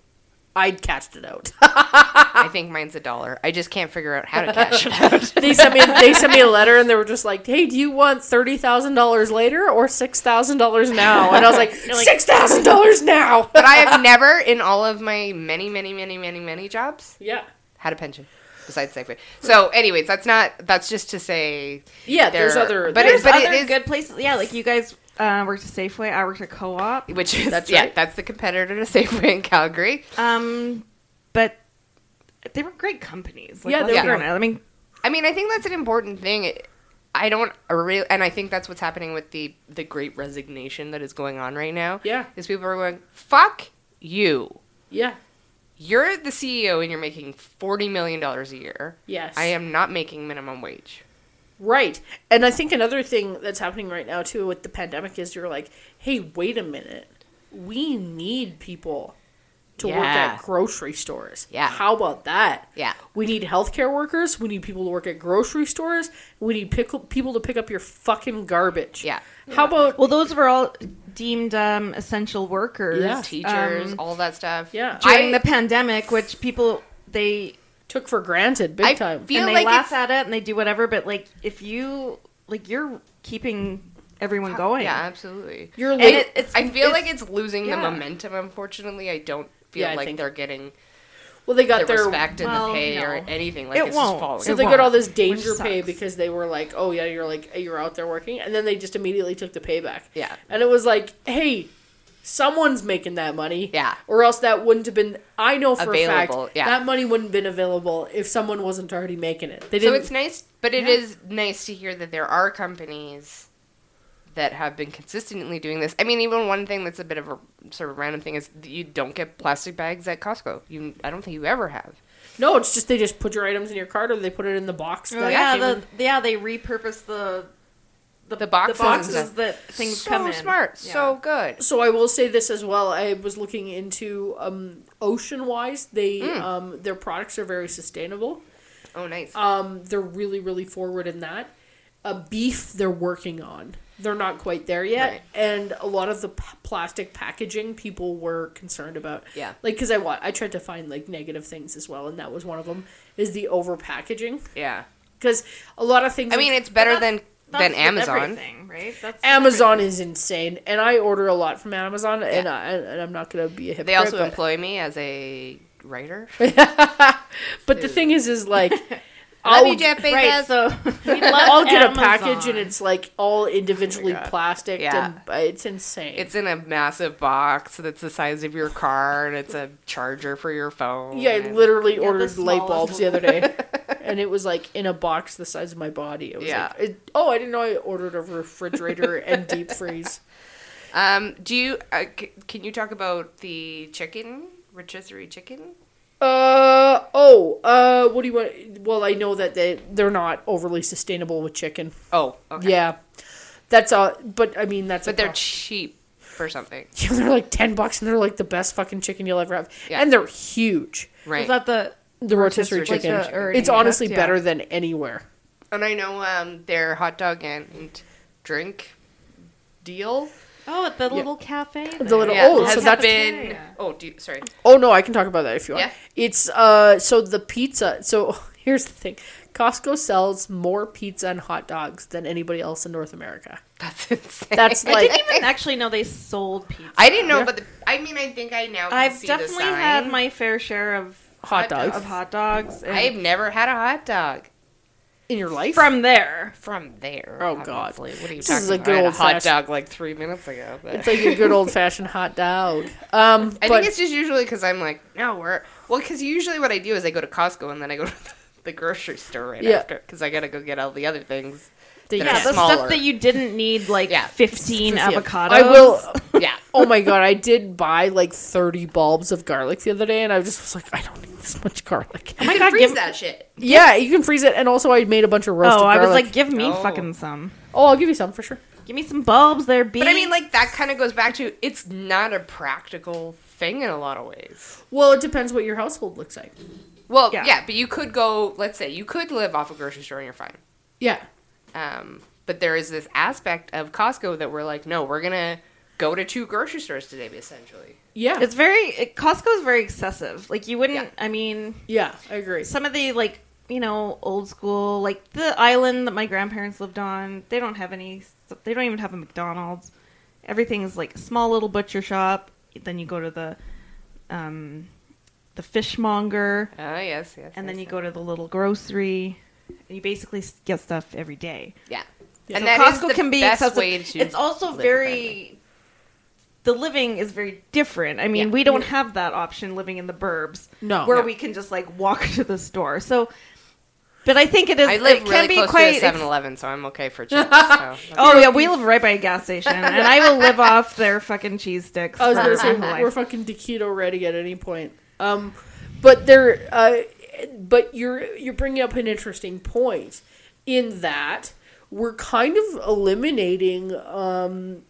S2: I'd cashed it out.
S3: Ah.
S1: I think mine's a dollar. I just can't figure out how to cash it out.
S2: they sent me they sent me a letter and they were just like, "Hey, do you want thirty thousand dollars later or six thousand dollars now?" And I was like, six thousand dollars now.
S1: But I have never, in all of my many, many, many, many, many jobs,
S2: yeah,
S1: had a pension besides Safeway. So, anyways, that's not. That's just to say.
S2: yeah. There's
S1: There-
S2: other,
S1: but
S3: there's
S1: it- but
S3: other
S1: is-
S3: good places. Yeah, like you guys uh, worked at Safeway. I worked at Co-op.
S1: Which is
S2: That's
S1: yeah,
S2: right.
S1: that's the competitor to Safeway in Calgary.
S3: Um, but they were great companies. Like,
S2: Yeah,
S3: let's
S2: they
S3: be
S2: were.
S3: honest. I mean,
S1: I mean, I think that's an important thing. It- I don't really, and I think that's what's happening with the the Great Resignation that is going on right now.
S2: Yeah.
S1: is people are going fuck you.
S2: yeah,
S1: You're the CEO and you're making forty million dollars a year.
S2: yes.
S1: I am not making minimum wage.
S2: right. And I think another thing that's happening right now too with the pandemic is you're like, "Hey, wait a minute, we need people." To work
S1: Yeah.
S2: at grocery stores.
S1: Yeah.
S2: How about that?
S1: Yeah.
S2: We need healthcare workers. We need people to work at grocery stores. We need pick- people to pick up your fucking garbage.
S1: Yeah.
S2: How about
S3: well, those were all deemed um, essential workers.
S2: Yeah.
S1: Teachers,
S3: um,
S1: all that stuff.
S2: Yeah.
S3: during
S1: I-
S3: the pandemic, which people they
S2: took for granted big
S1: I
S2: time.
S1: feel
S3: and they
S1: like
S3: laugh
S1: it's-
S3: at it and they do whatever. But like, if you like, you're keeping everyone going.
S1: Yeah, absolutely.
S2: You're
S1: And
S2: late-
S1: it- it's, I feel
S3: it's-
S1: like it's losing
S3: yeah.
S1: the momentum. Unfortunately, I don't feel
S2: Yeah, I
S1: like
S2: think-
S1: they're getting
S2: Well, they got
S1: the
S2: their
S1: respect and
S3: well,
S1: the pay or
S3: no.
S1: anything like
S3: It
S1: it's
S3: won't.
S1: Just falling.
S2: So
S3: It
S2: they got all
S3: won't,
S2: this danger pay
S3: sucks.
S2: because they were like, "Oh yeah, you're like you're out there working," and then they just immediately took the payback.
S1: Yeah.
S2: and it was like, "Hey, someone's making that money."
S1: Yeah.
S2: or else that wouldn't have been. I know for a
S1: Available,
S2: fact
S1: yeah.
S2: that money wouldn't have been available if someone wasn't already making it. They
S1: So
S2: didn't.
S1: it's nice, but it
S3: Yeah.
S1: is nice to hear that there are companies that have been consistently doing this. I mean, even one thing that's a bit of a sort of random thing is that you don't get plastic bags at Costco. You, I don't think you ever have.
S2: no, it's just they just put your items in your cart or they put it in the box.
S3: Oh,
S2: that
S3: yeah,
S2: came in.
S3: the, yeah, they repurpose the the,
S1: The boxes
S3: the
S1: and
S3: boxes
S1: stuff.
S3: that things
S1: so
S3: come in.
S1: smart,
S3: Yeah.
S1: so good.
S2: So I will say this as well. I was looking into um, ocean wise. They
S1: Mm.
S2: um, their products are very sustainable.
S1: Oh, nice.
S2: Um, they're really, really forward in that. Uh, beef, they're working on. They're not quite there yet,
S1: Right.
S2: and a lot of the p- plastic packaging people were concerned about.
S1: Yeah.
S2: like because I wa- I tried to find like negative things as well, and that was one of them is the over packaging
S1: yeah.
S2: because a lot of things.
S1: I mean, it's better
S3: But that's-
S1: than
S3: That's
S1: than
S3: with
S1: Amazon.
S3: everything, right? That's
S2: Amazon is insane, and I order a lot from Amazon, and
S1: Yeah.
S2: I and I'm not gonna be a hypocrite.
S1: They also
S2: but-
S1: employ me as a writer.
S2: but the thing is, is like.
S1: Love
S2: I'll-
S1: you, Jeff Bezos.
S3: Oh, right. So we love
S2: I'll get a
S3: Amazon.
S2: package and it's like all individually
S3: God.
S2: plastic
S1: Yeah.
S2: and uh, it's insane.
S1: It's in a massive box that's the size of your car, and it's a charger for your phone.
S2: yeah, I
S1: and-
S2: literally
S3: the
S2: ordered light
S3: smallest
S2: bulbs the other day, and it was like in a box the size of my body. It was
S1: Yeah.
S2: like, it, oh, I didn't know I ordered a refrigerator and deep freeze.
S1: Um, do you uh, c- can you talk about the chicken rotisserie chicken?
S2: Uh oh. Uh, what do you want? Well, I know that they they're not overly sustainable with chicken.
S1: Oh, okay.
S2: Yeah, that's all. But I mean, that's a
S1: but they're
S2: pro-
S1: cheap for something,
S2: Yeah, they're like ten bucks, and they're like the best fucking chicken you'll ever have,
S1: Yeah.
S2: and they're huge.
S1: right?
S3: Is that the
S2: The rotisserie,
S1: Rotisserie
S2: chicken.
S1: chicken.
S3: Like the-
S2: it's honestly
S3: yeah.
S2: better than anywhere.
S1: and I know um, their hot dog and drink deal.
S3: oh at the little cafe?
S2: The little
S1: Yeah,
S2: oh,
S1: has
S2: so that's
S1: been.
S3: Cafeteria.
S1: Oh, do you, sorry.
S2: oh no, I can talk about that if you want.
S1: Yeah.
S2: It's uh, so the pizza. So here's the thing, Costco sells more pizza and hot dogs than anybody else in North America.
S1: That's insane.
S2: That's
S3: I
S2: like
S3: didn't even actually know they sold pizza.
S1: I didn't know,
S2: Yeah.
S1: but the, I mean, I think I now. Can
S3: I've
S1: see
S3: definitely
S1: the sign.
S3: had my fair share of
S1: hot
S2: hot
S1: dogs.
S2: dogs
S3: of hot dogs. and-
S1: I've never had a hot dog
S2: in your life.
S3: from there.
S1: from there.
S2: Oh, God.
S1: obviously. What are you
S2: This
S1: talking
S2: is a
S1: about?
S2: good
S1: I had a hot
S2: old-fashioned-
S1: dog like three minutes ago. But.
S2: it's like a good old fashioned hot dog. Um,
S1: I
S2: but
S1: think it's just usually because I'm like, no, we're well, because usually what I do is I go to Costco and then I go to the grocery store right
S2: Yeah.
S1: after because I gotta go get all the other things.
S2: they-
S1: Yeah,
S3: Yeah, the
S1: smaller.
S3: stuff that you didn't need, like
S1: Yeah.
S3: 15
S2: Yeah.
S3: avocados.
S2: I will.
S1: Yeah,
S2: Oh my god, I did buy like 30 bulbs of garlic the other day, and I just was like, I don't need this much garlic.
S1: you can
S3: God,
S1: freeze
S3: give-
S1: that shit.
S2: Yeah, you can freeze it, and also I made a bunch of roasted
S3: Oh, I was
S2: garlic.
S3: like, give me
S1: Oh.
S3: fucking some.
S2: oh, I'll give you some for sure.
S3: Give me some bulbs there, B.
S1: But I mean, like that kind of goes back to it's not a practical thing in a lot of ways.
S2: Well, it depends what your household looks like.
S1: Well, yeah,
S3: Yeah.
S1: but you could go. Let's say you could live off a grocery store and you're fine.
S2: Yeah,
S1: Um, but there is this aspect of Costco that we're like, no, we're gonna go to two grocery stores today, essentially.
S2: yeah,
S3: it's very it, Costco's very excessive. Like you wouldn't. I mean,
S2: yeah. I agree.
S3: some of the like you know old school like the island that my grandparents lived on. They don't have any. They don't even have a McDonald's. Everything's like a small little butcher shop. Then you go to the um, the fishmonger.
S1: Oh yes, yes.
S3: and then
S1: yes,
S3: you
S1: yes.
S3: go to the little grocery and you basically s- get stuff every day
S1: Yeah.
S2: Yeah.
S1: And
S3: So
S1: that is the best
S3: excessive.
S1: way to
S3: it's also
S1: live
S3: very the living is very different i mean
S1: Yeah.
S3: we don't have that option living in the burbs
S2: No.
S3: where
S2: No.
S3: we can just like walk to the store so but i think it is
S1: I live
S3: it
S1: really
S3: can be
S1: close
S3: quite
S1: to a 7-Eleven, so I'm okay for chips. so.
S3: oh yeah we live right by a gas station and i will live off their fucking cheese sticks
S2: I was
S3: for
S2: gonna say
S3: my whole life.
S2: we're fucking taquito ready at any point. Um, but there, uh, but you're you're bringing up an interesting point in that we're kind of eliminating um,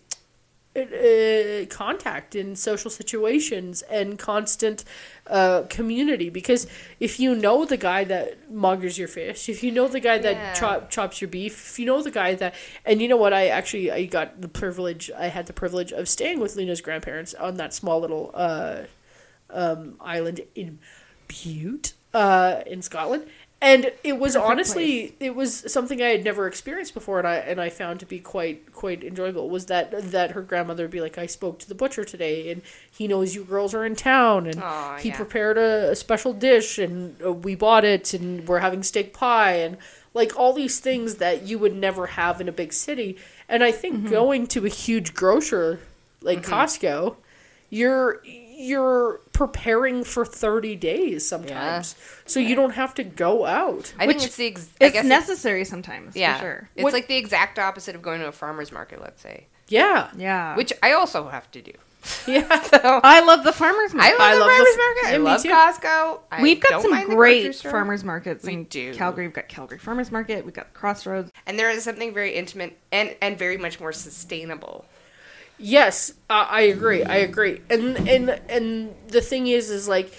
S2: uh, contact in social situations and constant uh, community because if you know the guy that muggers your fish, if you know the guy that
S1: Yeah.
S2: chop, chops your beef, if you know the guy that, and you know what, I actually I got the privilege, I had the privilege of staying with Lena's grandparents on that small little uh, um, island in Butte uh, in Scotland, and it was
S3: Perfect
S2: honestly it was something I had never experienced before, and I and I found to be quite quite enjoyable. Was that that her grandmother would be like, I spoke to the butcher today, and he knows you girls are in town, and
S1: Aw,
S2: he
S1: yeah.
S2: prepared a, a special dish, and uh, we bought it, and we're having steak pie, and like all these things that you would never have in a big city. And I think
S1: Mm-hmm.
S2: going to a huge grocer like Costco, you're you're preparing for 30 days sometimes so you don't have to go out
S1: I
S3: Which
S1: think it's the ex- I
S3: It's
S1: guess it's-
S3: necessary sometimes,
S1: yeah,
S3: for sure.
S1: it's
S2: What-
S1: like the exact opposite of going to a farmer's market. Let's say,
S2: yeah
S3: Yeah.
S1: which I also have to do.
S2: yeah
S1: So
S3: I love the farmers
S1: I love
S3: market.
S2: I
S1: the
S2: love the
S1: farmer's
S2: f-
S1: market. I
S2: yeah, me
S1: love
S2: too.
S1: Costco. I
S3: We've got
S1: don't
S3: some
S1: mind the grocery
S3: great
S1: store.
S3: farmers markets
S1: We
S3: in
S1: do.
S3: Calgary. We've got Calgary Farmers Market. We've got Crossroads.
S1: and there is something very intimate and and very much more sustainable.
S2: yes uh, i agree i agree and and and the thing is is like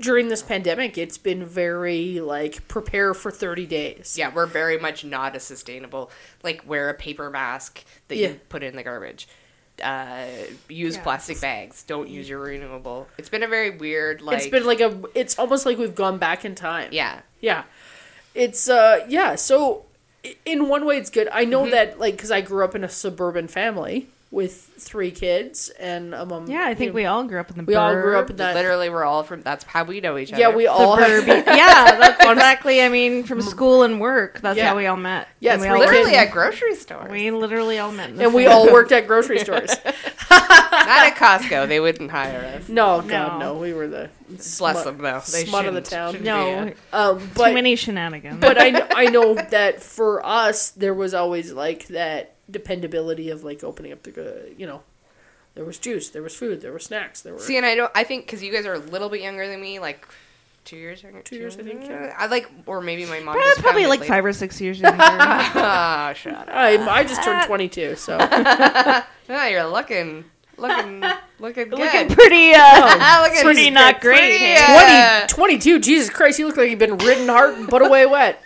S2: during this pandemic it's been very like prepare for 30 days
S1: Yeah, we're very much not a sustainable. Like wear a paper mask that
S2: Yeah.
S1: you put in the garbage. Uh, use
S3: Yeah.
S1: plastic bags. Don't use your renewable. It's been a very weird like.
S2: it's been like a it's almost like we've gone back in time
S1: yeah.
S2: Yeah. It's uh yeah, so i- in one way it's good. I know that like cuz I grew up in a suburban family with three kids and a mom.
S3: Yeah, I think we all grew up in the
S2: we all grew up in that
S1: Literally, we're all from. That's how we know each other.
S2: Yeah, we all have,
S3: yeah, that's exactly. I mean, from school and work, that's
S2: Yeah.
S3: how we all met.
S2: Yes,
S3: And we,
S2: we
S3: all
S2: did.
S1: literally
S3: worked-
S1: at grocery stores.
S3: we literally all met. in the
S2: and we
S3: same-
S2: all worked at grocery stores.
S1: Not at Costco. They wouldn't hire us.
S2: No, god
S3: No.
S2: no, we were the
S1: Bless
S2: smut-
S1: them though. They
S2: smut of the
S1: shouldn't-
S2: town.
S1: shouldn't be
S3: No,
S1: at-
S2: Um
S3: too
S2: but
S3: many shenanigans.
S2: but I know, I know that for us there was always like that dependability of like opening up the go- you know there was juice, there was food, there were snacks, there were
S1: See, and I don't. I think because you guys are a little bit younger than me, like two years younger.
S2: Two years, I think, yeah.
S1: I like, or maybe my mom.
S3: But I was
S1: just
S3: probably like five or six years younger.
S1: Ah, shut up.
S2: I, I just turned 22, so
S1: No, you're looking, looking, looking good.
S3: Looking pretty, uh,
S1: Ah, look at
S3: pretty
S1: you.
S3: not great.
S1: Pretty,
S3: hey?
S1: uh,
S2: 20, 22, Jesus Christ, you look like you've been ridden hard and put away wet.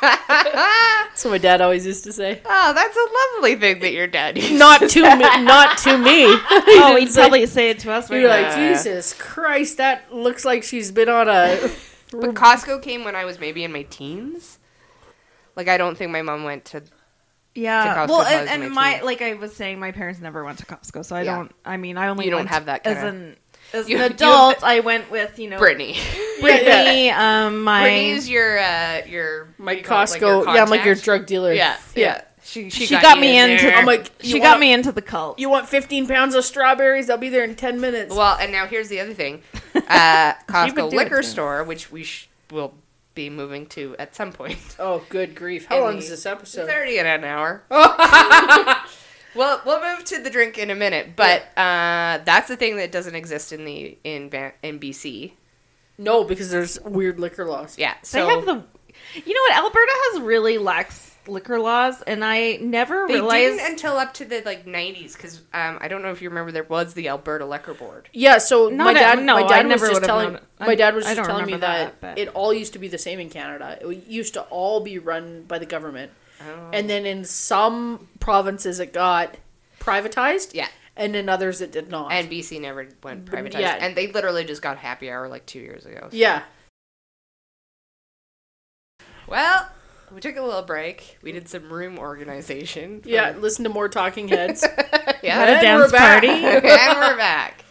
S2: That's what my dad always used to say.
S1: Oh, Ah, that's a lovely thing that your dad used.
S2: Not to me, not to me.
S3: oh, he'd probably say it to us.
S2: You're
S3: right
S2: like,
S1: Yeah.
S2: Jesus Christ, that looks like she's been on a.
S1: But Costco came when I was maybe in my teens. Like I don't think my mom went to.
S3: Yeah.
S1: Costco
S3: Well,
S1: probably
S3: and,
S1: was
S3: and
S1: my
S3: my
S1: team.
S3: like I was saying, my parents never went to Costco, so I
S1: Yeah.
S3: don't. I mean, I only
S1: You don't
S3: went
S1: have that
S3: as
S1: kinda-
S3: an as
S1: You- you have
S3: an adult. I went with you know
S1: Brittany.
S3: Brittany, um, my
S1: Brittany's your uh, your
S2: My
S1: you call it,
S2: Costco. yeah, I'm like your
S1: contact.
S2: drug dealer.
S1: Yeah,
S2: yeah.
S1: yeah. She
S3: she, got, me
S1: in
S3: into.
S1: there.
S2: I'm like,
S3: she
S2: you
S3: got
S2: wanna-
S3: me into the cult.
S2: You want 15 pounds of strawberries? They'll be there in 10 minutes.
S1: Well, and now here's the other thing: uh,
S3: do
S1: Costco
S3: it
S1: liquor
S3: too.
S1: store, which we sh- will be moving to at some point.
S2: oh, good grief. How
S1: And
S2: long
S1: we-
S2: is this
S1: It's
S2: episode?
S1: already in an hour. well, we'll move to the drink in a minute, but uh, that's the thing that doesn't exist in the in Van- in BC.
S2: No, because there's weird liquor laws.
S1: Yeah,
S3: they
S1: so
S3: have the. You know what? Alberta has really lax liquor laws, and I never
S1: they
S3: realized.
S1: didn't until up to the like '90s, because um, I don't know if you remember there was the Alberta Liquor Board.
S2: Yeah, so
S3: Not
S2: my
S3: that-
S2: dad,
S3: no,
S2: my
S3: I
S2: dad
S3: never
S2: was just
S3: would've
S2: telling
S3: known. I-
S2: my dad was
S3: I
S2: just
S3: don't
S2: telling me
S3: remember
S2: that,
S3: that, but-
S2: it all used to be the same in Canada. It used to all be run by the government,
S1: Oh.
S2: and then in some provinces it got privatized,
S1: Yeah.
S2: and in others it did not.
S1: And BC never went privatized,
S2: Yeah.
S1: and they literally just got happy hour like two years ago.
S2: yeah,
S1: Well, we took a little break. We did some room organization. for-
S2: yeah. Listen to more Talking Heads. Uh,
S1: yeah.
S3: Had a
S2: And
S3: dance
S2: we're back.
S3: party.
S1: and we're back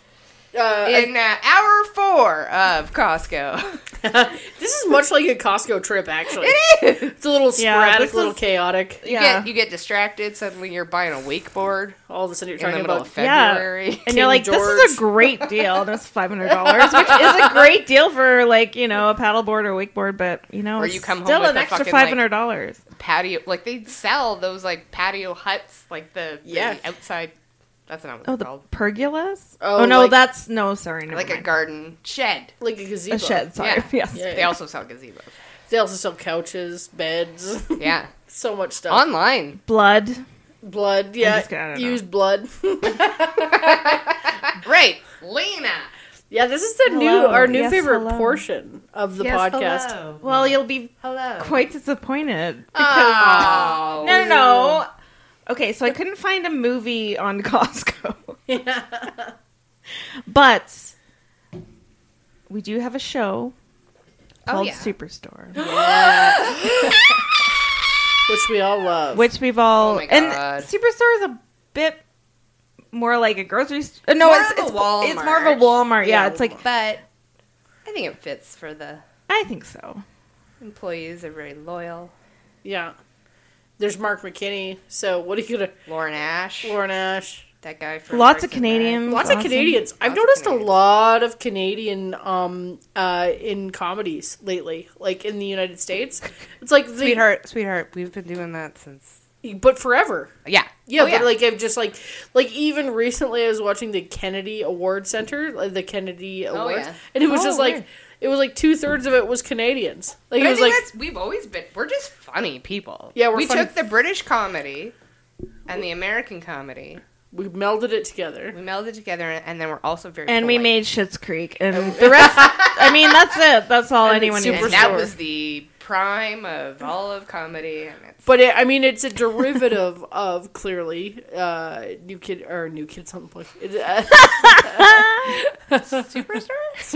S2: Uh,
S1: in uh, hour four of Costco.
S2: this is much like a Costco trip, actually. It's a little
S3: Yeah, this
S2: sporadic, a little
S3: is-
S2: chaotic.
S1: You
S3: yeah.
S1: get you get distracted. Suddenly, you're buying a wakeboard
S2: All of a sudden, you're
S1: in the
S2: talking
S1: middle
S2: about
S1: of February.
S3: and you're
S2: King
S3: like, this is
S2: George.
S3: a great deal. And it's five hundred dollars, which is a great deal for like you know a paddleboard or wakeboard, but you know,
S1: Or
S3: it's
S1: you come home
S3: still
S1: with
S3: an
S1: a
S3: extra
S1: fucking, like-
S3: five hundred dollars.
S1: Patio, like they sell those like patio huts, like the, the
S2: Yeah.
S1: outside. That's not what they're
S3: Oh, the
S1: called.
S3: pergolas.
S2: Oh,
S3: Oh, no,
S2: like-
S3: that's no. Sorry, never
S1: Like a
S3: mind.
S1: garden shed.
S2: like a gazebo.
S3: a shed. Sorry,
S1: Yeah.
S3: yes.
S2: Yeah.
S1: They also sell gazebos.
S2: They also sell couches, beds,
S1: Yeah,
S2: so much stuff.
S1: online.
S3: Blood.
S2: blood, yeah,
S3: just gonna- I don't know.
S2: used blood.
S1: Right, Lena.
S2: Yeah, this is the new
S3: Hello.
S2: our new
S3: Yes,
S2: favorite
S3: hello.
S2: portion of the podcast.
S3: Well, you'll be
S1: Hello.
S3: quite disappointed.
S1: Oh.
S3: No, no, no. Okay, so I couldn't find a movie on Costco, but we do have a show called
S1: Oh, yeah.
S3: Superstore,
S2: which we all love.
S3: which we've all
S1: Oh my
S3: and
S1: God.
S3: Superstore is a bit more like a grocery store. No,
S1: more
S3: it's
S1: of a
S3: it's, it's more of
S1: Walmart.
S3: a Walmart. Yeah, it's like
S1: But I think it fits for the
S3: I think so.
S1: employees are very loyal.
S2: yeah. There's Mark McKinney. So what are you gonna?
S1: Lauren Ash,
S2: Lauren Ash.
S1: that guy from
S3: Lots of
S1: Parks and
S3: Canadians.
S1: Rec.
S2: Lots of
S3: Awesome.
S2: Canadians. I've
S1: Lots of
S2: noticed
S1: Canadians.
S2: a lot of Canadian um uh in comedies lately, like in the United States. It's like the
S1: Sweetheart, sweetheart, we've been doing that since.
S2: but forever.
S1: Yeah.
S2: Yeah,
S1: Oh,
S2: but like I've just like like even recently I was watching the Kennedy Award Center, like the Kennedy Awards,
S1: yeah.
S2: and it was
S1: Oh,
S2: just like
S1: weird.
S2: it was like two thirds of it was Canadians. Like
S1: But
S2: it
S1: I
S2: was
S1: think
S2: like
S1: that's we've always been. We're just funny people.
S2: Yeah, we're
S1: we
S2: funny.
S1: took the British comedy and the American comedy,
S2: we melded it
S1: we
S2: together.
S1: melded together, and then we're also very
S3: And we
S1: polite.
S3: made Shits Creek, and the rest. I mean, that's it. That's all
S2: And
S3: anyone
S2: it's
S3: needs.
S1: And
S2: Superstore.
S1: that was the prime of all of comedy, and it's
S2: But it, I mean, it's a derivative of clearly uh, new kid or new kids on the block. It, uh,
S1: superstar.
S2: it's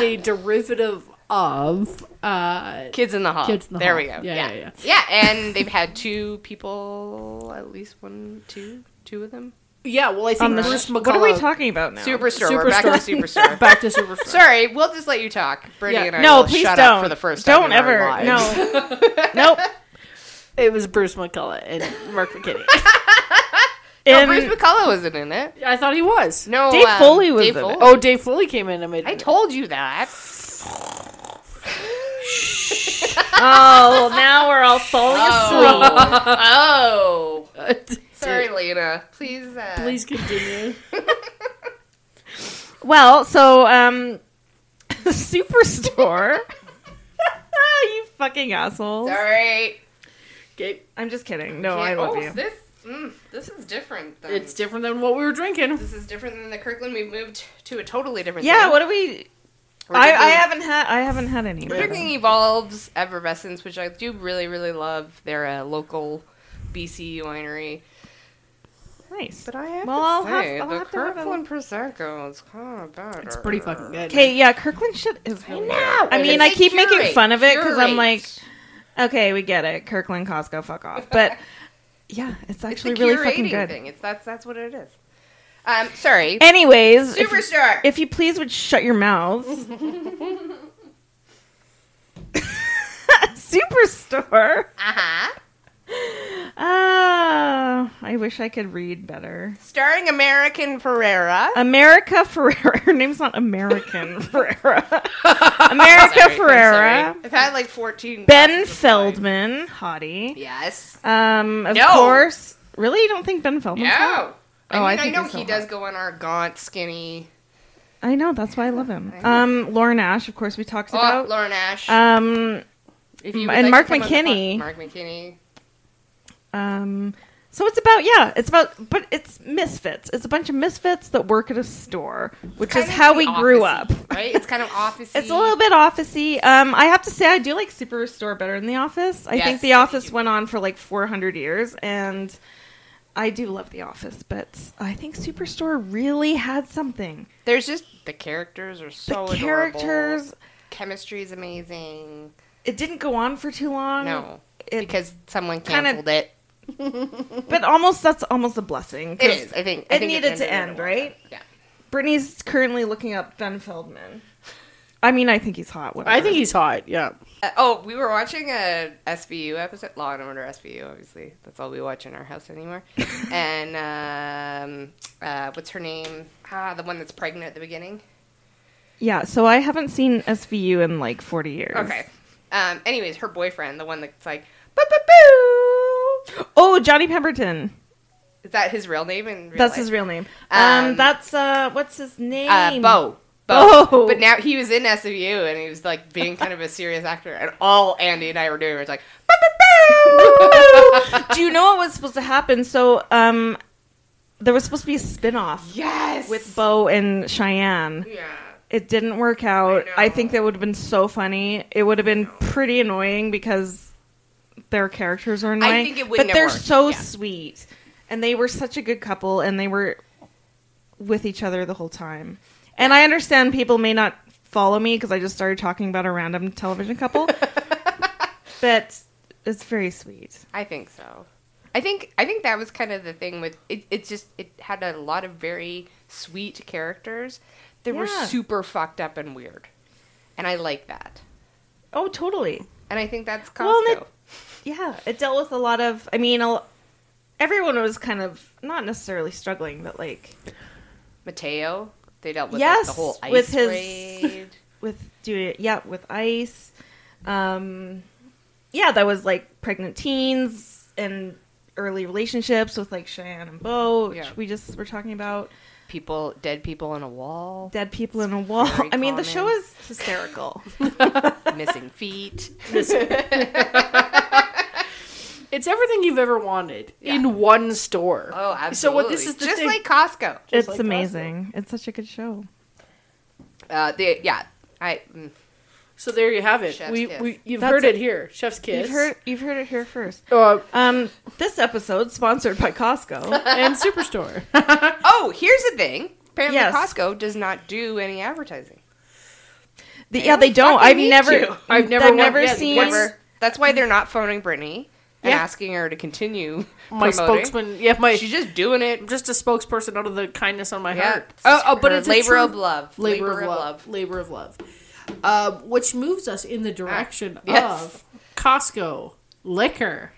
S2: a derivative of uh,
S1: Kids in the Hall.
S2: Kids in the
S1: there
S2: Hall.
S1: we go. Yeah
S2: Yeah,
S1: yeah,
S2: yeah,
S1: and they've had two people, at least one, two, two of them.
S2: yeah. Well, I
S3: on
S2: think
S3: the
S2: Bruce McCullough.
S3: what are we talking about now?
S1: Superstore. We're back to Superstore.
S2: Back to Superstore.
S1: Sorry, we'll just let you talk. Brittany
S2: Yeah.
S1: and I
S3: no,
S1: will
S3: please
S1: shut
S3: don't.
S1: up for the first time.
S3: don't
S1: in our
S3: ever.
S1: lives.
S3: No, nope.
S2: It was Bruce McCullough and Mark McKinney.
S1: No,
S3: And
S1: Bruce McCullough wasn't in it.
S2: I thought he was.
S1: No,
S3: Dave
S1: um,
S3: Foley was
S1: Dave
S3: in it.
S1: Foley.
S2: Oh, Dave Foley came in and made.
S1: I told you that.
S3: oh, now we're all falling asleep.
S1: oh. Sorry,
S2: Sorry.
S1: Lena. Please. Uh,
S2: Please continue.
S3: Well, so um, Superstore. you fucking asshole.
S1: Sorry.
S2: Okay,
S3: I'm just kidding. No, I love
S1: oh,
S3: you.
S1: This, mm, this is different. Than,
S2: it's different than what we were drinking.
S1: this is different than the Kirkland. We've moved to a totally different.
S3: Yeah.
S1: thing.
S3: What do we?
S1: We're
S3: I,
S1: drinking-
S3: I haven't had. I haven't had any.
S1: We're drinking Evolves Effervescence, which I do really, really love. They're a local BC winery.
S3: Nice.
S1: But I have
S3: Well,
S1: to
S3: I'll have-
S1: say,
S3: I'll
S1: the
S3: have to have a
S1: Kirkland Prosecco is kind of better.
S2: It's pretty fucking good.
S3: Okay. Yeah. Kirkland shit is really. good. I mean,
S1: They
S3: I keep making
S1: curate-
S3: fun of it because
S1: curate.
S3: I'm like, okay, we get it. Kirkland, Costco, fuck off. But yeah, it's
S1: It's the
S3: actually really
S1: curating
S3: fucking good.
S1: Thing. It's that's that's what it is. Um, sorry,
S3: Anyways, if,
S1: superstar.
S3: if you please would shut your mouths. Superstore.
S1: uh-huh.
S3: Ah, I wish I could read better.
S1: Starring American Ferrera.
S3: America Ferrera. Her name's not American Ferrera. America Ferrera.
S1: I've had like 14.
S3: Ben
S1: glasses of wine.
S3: Feldman, hottie.
S1: Yes.
S3: Um, of
S1: No.
S3: course. Really, you don't think Ben Feldman's hot?
S1: No. I
S3: Oh, I
S1: mean, I,
S3: think
S1: know
S3: he's so
S1: he does go on our gaunt, skinny.
S3: I know. That's why I love him.
S1: I know.
S3: Um, Lauren Ash, of course, we talked
S1: Oh,
S3: about.
S1: Lauren Ash.
S3: Um,
S1: If you would like
S3: and
S1: to
S3: Mark
S1: come on the pod-
S3: McKinney.
S1: Mark McKinney.
S3: um, so it's about yeah, it's about but it's misfits. It's a bunch of misfits that work at a store, which is
S1: Kind of
S3: how
S1: the
S3: we grew up.
S1: office-y, Right? It's kind of office
S3: It's a little bit officey. Um, I have to say, I do like Superstore better than The Office. I
S1: Yes,
S3: think
S1: I
S3: The
S1: do
S3: Office
S1: too.
S3: went on for like 400 years, and I do love The Office, but I think Superstore really had something.
S1: There's just the characters are
S3: The
S1: so adorable.
S3: characters,
S1: Chemistry is amazing.
S3: it didn't go on for too long.
S1: No,
S3: Um, It-
S1: because someone
S3: kind of-
S1: canceled it.
S3: but almost that's almost a blessing. 'cause
S1: It is. I think I
S3: it
S1: think
S3: needed
S1: ended when
S3: to end,
S1: it
S3: right?
S1: was. Yeah.
S3: Brittany's currently looking up Ben Feldman. I mean, I think he's hot. Whatever.
S2: I think he's hot. Yeah.
S1: Uh, oh, we were watching a SVU episode, Law and Order SVU. Obviously, that's all we watch in our house anymore. and um, uh, what's her name? Ah, the one that's pregnant at the beginning.
S3: yeah. So I haven't seen SVU in like 40 years.
S1: Okay. Um, anyways, her boyfriend, the one that's like, boo boo boo.
S3: Oh, Johnny Pemberton.
S1: Is that his real name? In real
S3: that's
S1: life?
S3: his real name. Um,
S1: Um,
S3: that's uh, what's his name? Oh.
S1: uh, Bo. Bo.
S3: Bo.
S1: But now he was in SVU and he was like being kind of a serious actor, and all Andy and I were doing was like, boo boo boo.
S3: Do you know what was supposed to happen? So, um, there was supposed to be a spin-off
S1: yes.
S3: with Bo and Cheyenne.
S1: Yeah.
S3: It didn't work out.
S1: know.
S3: I, think that would have been so funny. It would have been pretty annoying because their characters are annoying.
S1: think it
S3: but
S1: wouldn't have
S3: they're
S1: worked,
S3: so
S1: yeah.
S3: sweet, and they were such a good couple, and they were with each other the whole time. And I understand people may not follow me because I just started talking about a random television couple. but it's very sweet.
S1: I think so. I think I think that was kind of the thing with it. It just it had a lot of very sweet characters that were
S3: Yeah.
S1: super fucked up and weird, and I like that.
S3: Oh, totally.
S1: And I think that's Costco.
S3: Well, and it- Yeah, it dealt with a lot of. I mean, a, l- everyone was kind of not necessarily struggling, but like
S1: Mateo, they dealt with like,
S3: Yes,
S1: the whole ice
S3: with his-
S1: raid.
S3: with do yeah with ice. Um, yeah, that was like pregnant teens and early relationships with like Cheyenne and Bo, which
S1: Yeah.
S3: we just were talking about.
S1: people, dead people on a wall,
S3: Dead people in a wall.
S1: Very
S3: I mean, the show
S1: common.
S3: is hysterical.
S1: missing feet.
S2: It's everything you've ever wanted
S1: Yeah.
S2: in one store.
S1: Oh, absolutely.
S2: So what this is the
S1: just
S2: thing-
S1: like Costco.
S3: it's
S2: like
S3: amazing. It's such a good show.
S1: Uh, they, yeah, I. mm.
S2: So there you have it.
S1: Chef's
S2: We,
S1: kiss.
S2: we you've
S3: That's
S2: heard
S3: it.
S2: it. here. Chef's kiss.
S3: You've heard you've heard it here first.
S2: Uh,
S3: Um, this episode sponsored by Costco.
S2: and Superstore.
S1: Oh, here's the thing. Apparently,
S3: Yes.
S1: Costco does not do any advertising.
S3: The- yeah, they don't.
S1: fucking
S3: I've
S1: need
S3: never,
S1: to.
S2: I've never
S3: I've
S2: wa-
S3: never
S2: yeah,
S3: seen.
S2: what's-
S1: Never. That's why they're not phoning Brittany and
S2: Yeah.
S1: asking her to continue.
S2: my
S1: promoting.
S2: spokesman. Yeah, my
S1: She's just doing it.
S2: I'm just a spokesperson out of the kindness on my
S1: Yeah.
S2: heart.
S1: Oh, oh, but
S2: Her
S1: it's a true
S2: Labor, of, love, Labor of love. Uh, which moves us in the direction
S1: Ah. yes.
S2: of Costco liquor.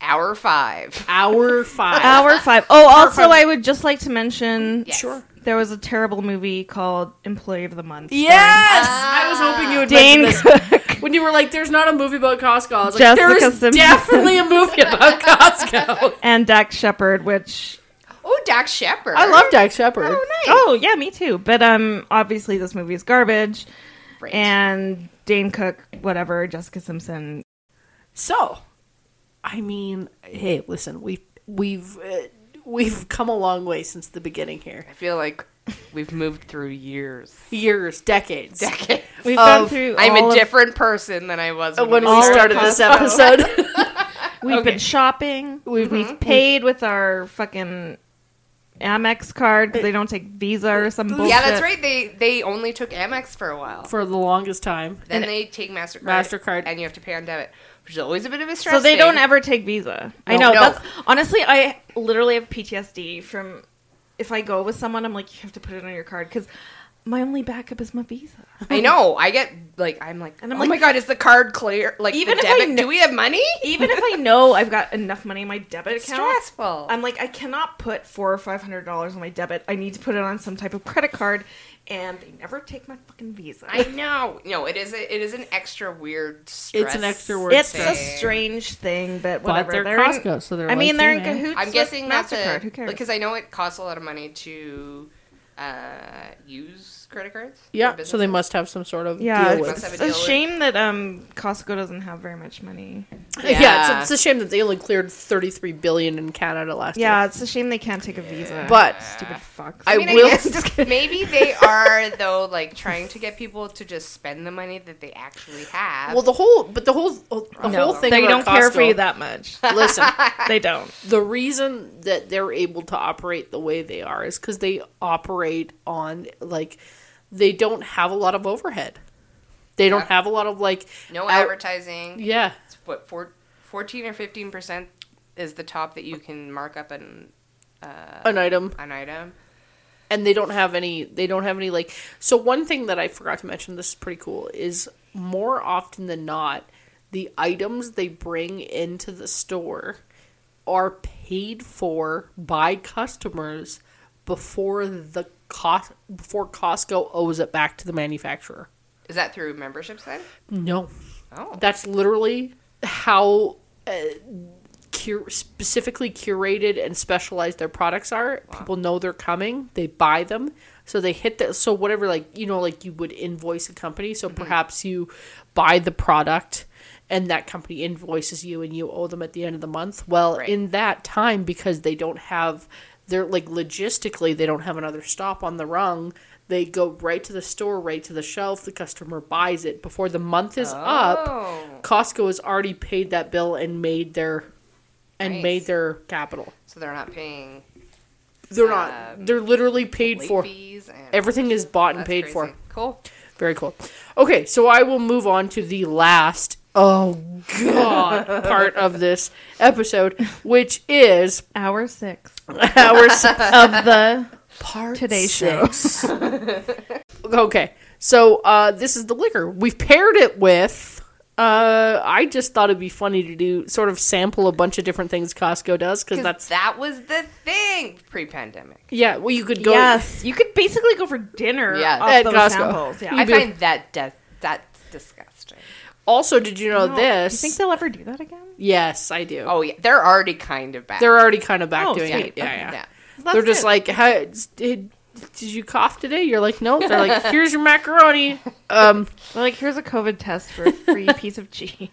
S1: Hour five.
S2: Hour five.
S3: Hour five. Oh, also,
S2: five.
S3: I would just like to mention
S1: Uh, Yes.
S2: Sure.
S3: there was a terrible movie called Employee of the Month. starring
S2: Yes, I was hoping you would
S3: Dane
S2: mention this.
S3: Cook.
S2: When you were like, "There's not a movie about Costco," I was like,
S3: Jessica
S2: "There is
S3: Simpson.
S2: definitely a movie about Costco."
S3: and Dax Shepard, which
S1: Oh, Dax Shepard.
S2: I love Dak Shepard.
S1: Oh, nice.
S3: oh yeah, me too. But um, obviously this movie is garbage,
S1: Right.
S3: and Dane Cook, whatever, Jessica Simpson.
S2: So, I mean, hey, listen, we we've uh, we've come a long way since the beginning here.
S1: I feel like we've moved through years.
S2: Years, decades.
S1: Decades.
S3: We've
S2: gone
S3: gone through.
S1: Oh, I'm a different person than I was when,
S2: when
S1: we
S2: we
S3: All
S2: started
S3: of
S2: this
S3: Costco.
S2: episode.
S3: We've
S2: Okay.
S3: been shopping.
S2: We've-
S3: We've,
S1: Mm-hmm.
S2: Mhm.
S3: paid with our fucking Amex card because they don't take Visa or some bullshit.
S1: Uh, Yeah, that's right. They they only took Amex for a while.
S2: for the longest time.
S1: then they take Mastercard.
S2: Mastercard.
S1: and you have to pay on debit, which is always a bit of a stress.
S3: So they
S1: thing.
S3: don't ever take Visa. I know.
S1: No.
S3: That's honestly, I literally have PTSD from if I go with someone, I'm like, you have to put it on your card because my only backup is my Visa.
S1: I know. I get like I'm like,
S3: And I'm
S1: oh
S3: like-
S1: my god, is the card clear? Like
S3: Even
S1: even the
S3: if I
S1: debit,
S3: kn-
S1: do we have money?
S3: Even if I know I've got enough money in my debit
S1: It's
S3: account,
S1: stressful.
S3: I'm like, I cannot put four or five hundred dollars on my debit. I need to put it on some type of credit card, and they never take my fucking Visa.
S1: I know. No, it is. A, it is an extra weird stress.
S2: It's an extra word.
S3: it's
S2: thing.
S3: a strange thing,
S2: But
S3: but whatever.
S2: they're
S3: in-
S2: Costco, so they're
S3: I mean,
S2: like,
S3: they're
S2: "Hey, man."
S3: in cahoots.
S1: I'm
S3: with
S1: guessing that's
S3: Mastercard.
S1: a
S3: Who cares?
S1: because I know it costs a lot of money to uh, use credit cards. for
S2: Yeah, so they
S1: businesses.
S2: must have some sort of
S3: Yeah,
S2: deal
S3: it's,
S2: with.
S1: Must have
S3: it's
S1: a
S3: a
S1: deal with-
S3: shame that um Costco doesn't have very much money.
S2: Yeah,
S1: Yeah.
S2: it's, it's a shame that they only cleared 33 billion in Canada last
S3: Yeah,
S2: year.
S3: it's a shame they can't take a visa.
S2: But-
S3: stupid fucks.
S2: I
S1: I mean, I
S2: will-
S1: guess maybe they are though, like trying to get people to just spend the money that they actually have.
S2: Well, the whole but the whole the
S1: No,
S2: whole thing
S3: they don't
S2: about
S3: care for
S2: Costco-
S3: you that much.
S2: Listen,
S3: they don't.
S2: the reason that they're able to operate the way they are is cuz they operate on like they don't have a lot of overhead. They don't
S1: Yeah.
S2: have a lot of like
S1: no
S2: out-
S1: advertising.
S2: Yeah.
S1: It's what four, 14 or fifteen percent is the top that you can mark up an
S2: an item
S1: an item.
S2: and they don't have any they don't have any like so one thing that i forgot to mention this is pretty cool is more often than not the items they bring into the store are paid for by customers before the cost before costco owes it back to the manufacturer
S1: Is that through memberships then?
S2: no
S1: Oh,
S2: that's literally how uh, cur- specifically curated and specialized their products are. People know they're coming, they buy them, so they hit the so whatever like you know like you would invoice a company, so
S1: Mm-hmm.
S2: perhaps you buy the product and that company invoices you and you owe them at the end of the month. Well,
S1: Right.
S2: in that time because they don't have they're like logistically they don't have another stop on the rung. They go right to the store, right to the shelf. The customer buys it before the month is up.
S1: Oh.
S2: Costco has already paid that bill and made their and
S1: Nice.
S2: made their capital.
S1: so they're not paying
S2: They're
S1: Um,
S2: not. They're literally paid
S1: late
S2: for.
S1: fees and
S2: Everything is bought and
S1: That's
S2: paid for.
S1: crazy. Cool.
S2: Very cool. Okay, so I will move on to the last, oh god, part of this episode, which is
S3: Hour six
S2: our s-
S3: of the
S2: part
S3: Today's
S2: six. okay, so uh, this is the liquor. We've paired it with. Uh, I just thought it'd be funny to do sort of sample a bunch of different things Costco does because
S1: Because
S2: that's
S1: that was the thing pre-pandemic.
S2: yeah. Well, you could go.
S3: yes. You could basically go for dinner
S1: Yeah.
S3: off
S2: At
S3: those
S2: Costco.
S3: samples. Yeah.
S2: You
S1: I
S2: do.
S1: find that de- that's disgusting.
S2: Also, did you know
S3: No,
S2: this?
S3: You think they'll ever do that again?
S2: yes, I do.
S1: Oh yeah, they're already kind of back.
S2: They're already kind of back
S3: Oh,
S2: doing
S3: sweet.
S2: it. Yeah,
S3: Okay.
S2: yeah.
S1: yeah.
S3: That's
S2: They're just
S3: good.
S2: like, hey, did, did you cough today? You're like, no. They're like, here's your macaroni. Um,
S3: They're like here's a COVID test for a free piece of cheese.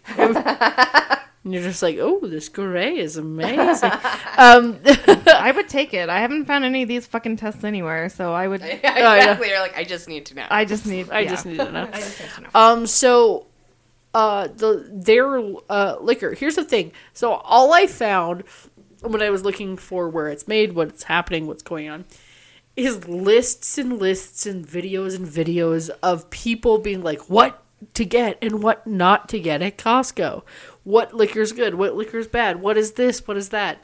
S2: and you're just like, oh, this gray is amazing. um,
S3: I would take it. I haven't found any of these fucking tests anywhere, so I would.
S1: Yeah,
S2: Oh, yeah.
S1: exactly. You're like, I just need to know.
S3: I just need.
S2: I
S3: yeah.
S2: just need to know.
S3: I just need to know.
S2: Um, so uh, the their uh, liquor. Here's the thing. So all I found when I was looking for where it's made, what's happening, what's going on, is lists and lists and videos and videos of people being like, what to get and what not to get at Costco. What liquor's good? What liquor's bad? What is this? What is that?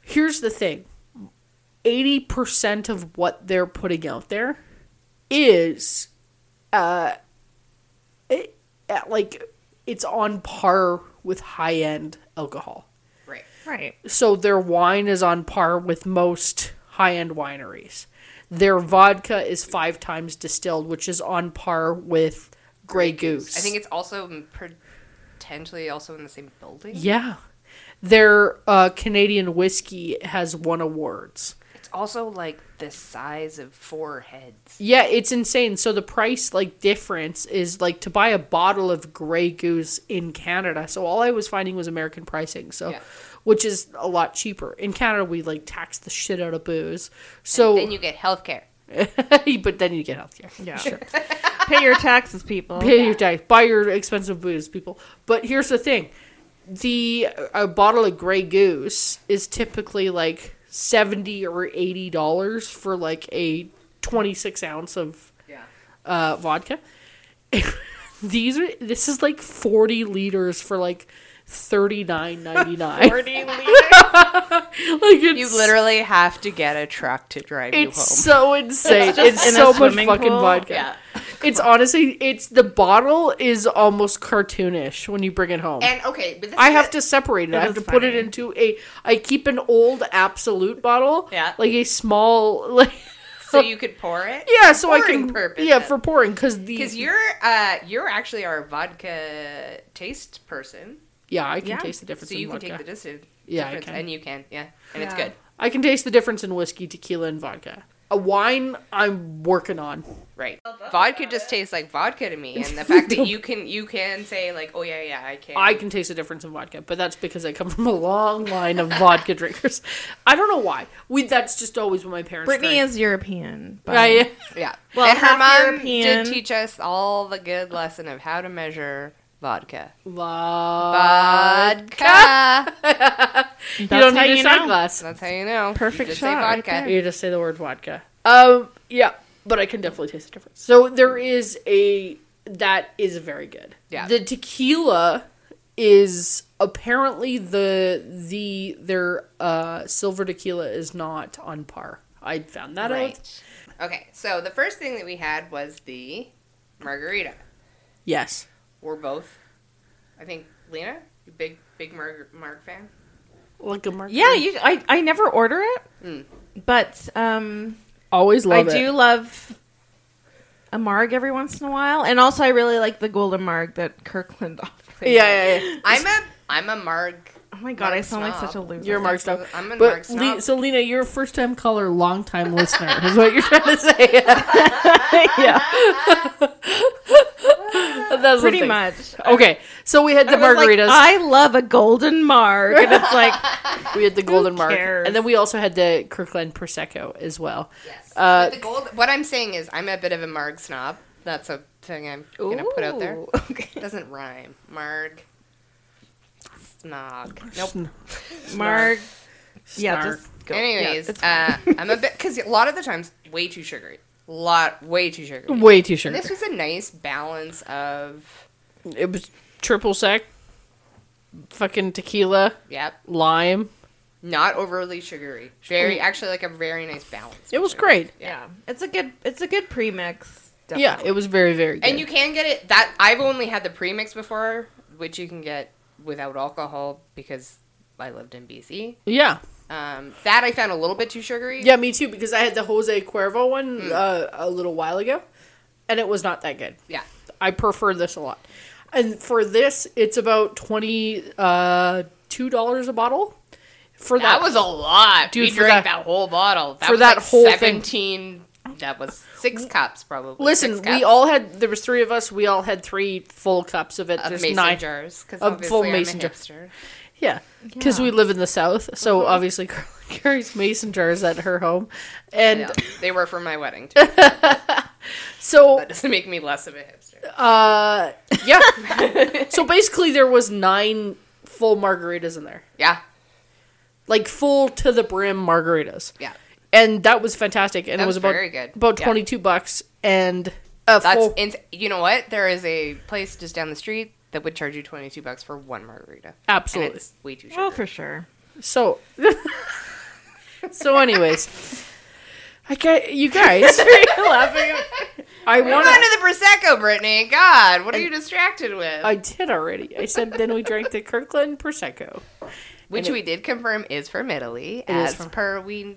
S2: Here's the thing. 80% of what they're putting out there is it, at like it's on par with high end alcohol.
S1: right.
S3: Right.
S2: So their wine is on par with most high end wineries. Their vodka is five times distilled, which is on par with Grey Goose.
S1: I think it's also m- potentially also in the same building.
S2: yeah. Their uh, Canadian whiskey has won awards.
S1: It's also like the size of four heads.
S2: Yeah, it's insane. So the price like difference is like to buy a bottle of Grey Goose in Canada. So all I was finding was American pricing. So
S1: Yeah.
S2: which is a lot cheaper. In Canada we like tax the shit out of booze. So
S1: Then you get healthcare.
S2: but then you get healthcare.
S3: Yeah. Pay your taxes, people.
S2: Pay your tax. Buy your expensive booze, people. But here's the thing: the a bottle of Grey Goose is typically like seventy or eighty dollars for like a twenty six ounce of
S1: Yeah.
S2: uh, vodka. These are this is like forty liters for like thirty nine ninety nine. Like it's
S1: You literally have to get a truck to drive you home.
S2: It's so insane. It's,
S3: in a
S2: so much
S3: swimming
S2: fucking
S3: pool.
S2: vodka. It's honestly, it's the bottle is almost cartoonish when you bring it home.
S1: And okay, but this
S2: I
S1: is
S2: have
S1: it.
S2: to separate it. I have
S3: is
S2: to put it
S3: funny.
S2: into a. I keep an old absolute bottle,
S1: Yeah.
S2: like a small, like
S1: so you could pour it.
S2: yeah, so I
S1: pouring
S2: can
S1: purpose
S2: yeah
S1: then.
S2: for pouring because the
S1: Because you're uh you're actually our vodka taste person,
S2: yeah I can
S3: Yeah.
S2: taste the difference.
S1: so you
S2: in
S1: can
S2: vodka.
S1: take the dis- difference,
S2: Yeah, I can.
S1: and you can, yeah, and it's
S3: Yeah.
S1: good,
S2: I can taste the difference in whiskey, tequila, and vodka. A wine I'm working on.
S1: right? Vodka just tastes like vodka to me, and the fact that you can you can say like, oh yeah, yeah, I can.
S2: I can taste the difference in vodka, but that's because I come from a long line of vodka drinkers. I don't know why. We that's just always what my parents.
S3: Brittany
S2: drank.
S3: is European. But
S2: I,
S1: yeah.
S3: Well,
S1: and her
S3: half
S1: mom
S3: European.
S1: did teach us all the good lesson of how to measure vodka.
S2: Vodka.
S1: Vodka.
S2: You
S3: That's
S2: don't
S3: how
S2: need a
S3: you
S2: shot
S3: know.
S2: glass.
S1: That's how you know.
S3: Perfect
S1: you just
S3: shot right
S1: Say vodka.
S2: You just say the word vodka. Um, yeah, but I can definitely taste the difference. So there is a that is very good.
S1: Yeah.
S2: the tequila is apparently the the their uh silver tequila is not on par. I found that out.
S1: Right. Okay, so the first thing that we had was the margarita.
S2: Yes.
S1: We're both, I think, Lena, you big big Marg, Marg fan.
S2: Like a mark.
S3: Yeah, you, I, I never order it,
S1: Mm.
S3: but um,
S2: always
S3: I
S2: love it.
S3: do love a marg every once in a while, and also I really like the golden marg that Kirkland offers.
S2: Yeah, yeah, yeah.
S1: I'm a I'm a Marg.
S3: Oh my god, I
S1: Marg
S3: sound like
S1: snob.
S3: such a loser.
S2: You're a mark snob.
S1: I'm a Marg
S2: But
S1: snob.
S2: Le- so Lena, you're a first time caller, long time listener, is what you're trying to say.
S3: yeah,
S2: That's
S3: pretty
S2: the thing.
S3: much.
S2: Okay, so we had the
S3: I was like,
S2: margaritas.
S3: I love a golden marg, and it's like
S2: We had the golden mark,
S3: cares?
S2: and then we also had the Kirkland Prosecco as well.
S1: Yes.
S2: Uh,
S1: But the gold, what I'm saying is, I'm a bit of a Marg snob. That's a thing I'm gonna put out there.
S3: Ooh,
S1: It
S3: Okay,
S1: doesn't rhyme. Marg. Snog. Nope.
S2: Sn-
S3: marg. Yeah,
S2: snark.
S3: just go.
S1: Anyways,
S3: yeah, it's fine.
S1: uh, I'm a bit because a lot of the times way too sugary, lot way too sugary.
S2: Way too
S1: And
S2: sugary.
S1: this was a nice balance of
S2: It was triple sec, fucking tequila,
S1: yep,
S2: lime.
S1: not overly sugary. Very actually like a very nice balance.
S2: It was great.
S3: Yeah, it's a good it's a good premix.
S2: Yeah, it was very very good.
S1: And you can get it that I've only had the premix before, which you can get without alcohol because I lived in BC.
S2: yeah.
S1: Um, that I found a little bit too sugary.
S2: Yeah, me too. Because I had the Jose Cuervo one
S1: Hmm.
S2: uh, a little while ago, and it was not that good.
S1: Yeah.
S2: I prefer this a lot. And for this, it's about twenty uh, two dollars a bottle. For that,
S1: That was a lot.
S2: Dude,
S1: Dude, we
S2: for
S1: drank
S2: that-
S1: that, whole bottle. That
S2: for
S1: was
S2: that
S1: like
S2: whole thing.
S1: 17, That was six cups probably.
S2: listen.
S1: Six
S2: We
S1: cups
S2: all had there was three of us. We all had three full cups of it.
S1: of
S2: There's
S1: mason
S2: nine.
S1: jars because
S2: of
S1: obviously
S2: full
S1: I'm
S2: mason
S1: a
S2: jar.
S1: hipster.
S2: Yeah, because we live in the south, so
S1: Mm-hmm.
S2: obviously Carly carries mason jars at her home, and
S1: Yeah, they were for my wedding too.
S2: so
S1: That doesn't make me less of a hipster.
S2: uh, yeah. so basically, there was nine full margaritas in there.
S1: Yeah,
S2: like full to the brim margaritas.
S1: yeah.
S2: And that was fantastic. And
S1: That
S2: it was
S1: was
S2: about
S1: very good.
S2: about
S1: Yeah.
S2: 22 bucks and a
S1: That's
S2: full
S1: ins- you know what? There is a place just down the street that would charge you twenty two bucks for one margarita. And
S2: absolutely.
S1: it's way too
S3: Oh,
S1: short.
S3: for sure.
S2: So So anyways, I get you guys. I
S1: Come
S2: want
S1: on
S2: to
S1: to the prosecco, Brittany. God, what are you distracted with?
S2: I did already. I said then we drank the Kirkland prosecco.
S1: Which
S2: and it-
S1: we did confirm is from Italy,
S2: It is
S1: as
S2: from-
S1: per we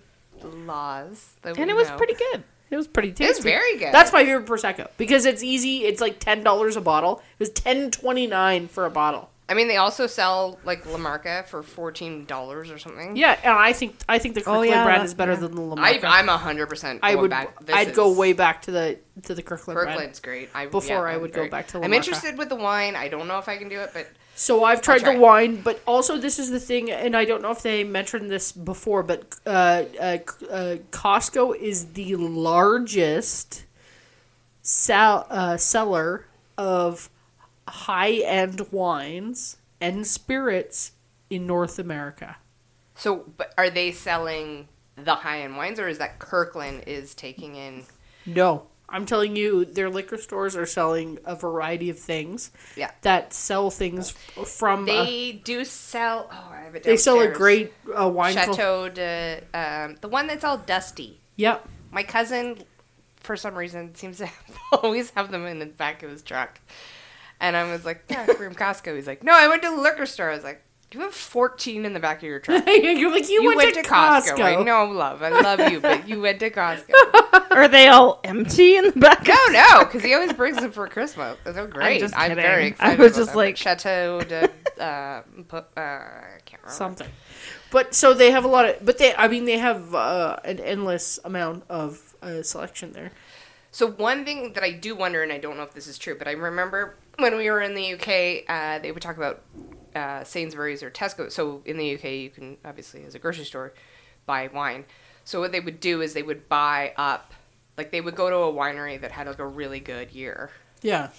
S1: laws. that
S3: And
S1: we
S3: it was
S1: know.
S3: pretty good.
S2: It was pretty tasty.
S1: It's very good.
S2: That's my favorite prosecco because it's easy. It's like $10 a bottle. It was 10.29 for a bottle.
S1: I mean, they also sell like La Marca for fourteen dollars or something.
S2: Yeah, and I think I think the Kirkland
S3: Oh, yeah,
S2: brand
S3: that-
S2: is better
S3: yeah.
S2: than the Lamarca.
S1: I, I'm hundred percent.
S2: I would.
S1: Back. This
S2: I'd go
S1: is-
S2: way back to the to the Kirkland, brand.
S1: Kirkland's great. I,
S2: Before I
S1: I'm
S2: would go
S1: very-
S2: back to La
S1: I'm
S2: Marca.
S1: interested with the wine. I don't know if I can do it, but
S2: So I've tried
S1: try
S2: the
S1: it.
S2: wine, but also this is the thing, and I don't know if they mentioned this before, but uh, uh, uh, Costco is the largest sell, uh, seller of high end wines and spirits in North America.
S1: so. But are they selling the high end wines, or is that Kirkland is taking in?
S2: No, I'm telling you, their liquor stores are selling a variety of things
S1: Yeah,
S2: that sell things f- from. uh,
S1: they do sell. Oh, I have it.
S2: They sell a
S1: downstairs.
S2: great uh, wine. col-
S1: Chateau de um, the one that's all dusty.
S2: Yep.
S1: My cousin, for some reason, seems to have, always have them in the back of his truck. And I was like, yeah, from Costco. He's like, no, I went to the liquor store. I was like, you have 14 in the back of your truck.
S2: You're like you, went, to, Costco.
S1: I know, love. I love you, but you went to Costco.
S3: Are they all empty in the back?
S1: No, no, because he always brings them for Christmas. It's so great. I'm,
S3: just kidding.
S1: very
S3: I
S1: excited.
S3: was
S1: about
S3: just
S1: them.
S3: like-
S1: Chateau de. Uh, pu- uh, I can't remember.
S2: Something. But so they have a lot of. But they, I mean, they have uh, an endless amount of uh, selection there.
S1: So one thing that I do wonder, and I don't know if this is true, but I remember when we were in the UK, uh, they would talk about uh, Sainsbury's or Tesco. So in the UK, you can obviously, as a grocery store, buy wine. So what they would do is they would buy up, like they would go to a winery that had like a really good year
S2: Yeah.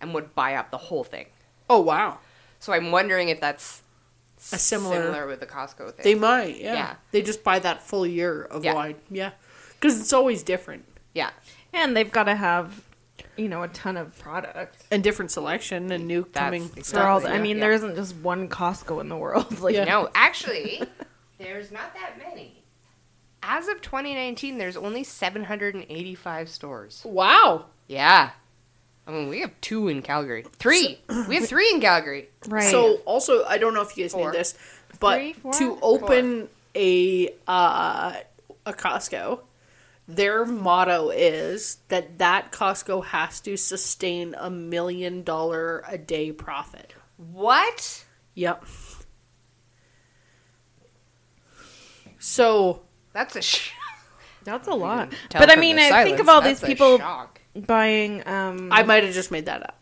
S1: and would buy up the whole thing.
S2: Oh wow.
S1: So I'm wondering if that's
S2: A similar-
S1: with the Costco thing.
S2: They might. Yeah.
S1: Yeah.
S2: They just buy that full year of
S1: Yeah.
S2: wine. Yeah. Because it's always different
S1: yeah,
S3: And they've got to have, you know, a ton of product.
S2: and different selection and new
S1: That's
S2: coming
S1: exactly-
S3: For all the, I
S1: Yeah.
S3: mean,
S1: Yeah.
S3: there isn't just one Costco in the world. Like,
S2: Yeah.
S1: No, actually, there's not that many. As of 2019, there's only 785 stores.
S2: Wow.
S1: Yeah. I mean, we have two in Calgary. Three. we have three in Calgary.
S3: right?
S2: So also, I don't know if you guys
S1: Four.
S2: knew this, but
S3: Three, four?
S2: to open a uh, a Costco, their motto is that that Costco has to sustain a million dollar a day profit.
S1: What?
S2: Yep. So
S1: That's a sh-
S3: that's a lot.
S1: Mm-hmm. Tell
S3: But I
S1: from
S3: mean,
S1: the
S3: I think
S1: silence,
S3: of all
S1: that's
S3: these
S1: a
S3: people
S1: shock.
S3: buying. Um,
S2: I might have just made that up.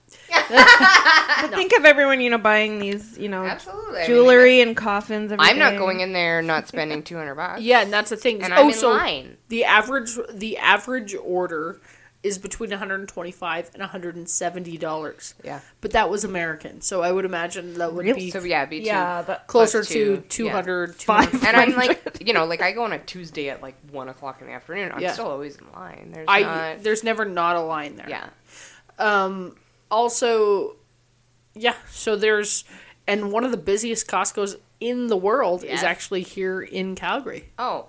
S3: but think of everyone, you know, buying these, you know,
S1: Absolutely. I mean,
S3: jewelry and coffins. Every
S1: I'm not
S3: day.
S1: going in there not spending 200 bucks.
S2: Yeah, and that's the thing.
S1: And
S2: oh,
S1: I'm in
S2: so
S1: line.
S2: the average the average order is between 125 and 170 dollars.
S1: Yeah.
S2: But that was American, so I would imagine that would
S3: Really?
S2: be
S1: So yeah, it'd be two-
S3: Yeah, but
S2: closer
S1: plus
S2: to
S1: two, yeah.
S2: 200
S3: Five.
S2: 200.
S1: And I'm like, you know, like I go on a Tuesday at like one o'clock in the afternoon. I'm
S2: Yeah.
S1: still always in line. There's
S2: I
S1: not.
S2: there's never not a line there. Um,
S1: yeah.
S2: Also, yeah. So there's and one of the busiest Costco's in the world
S1: Yes.
S2: is actually here in Calgary.
S1: Oh,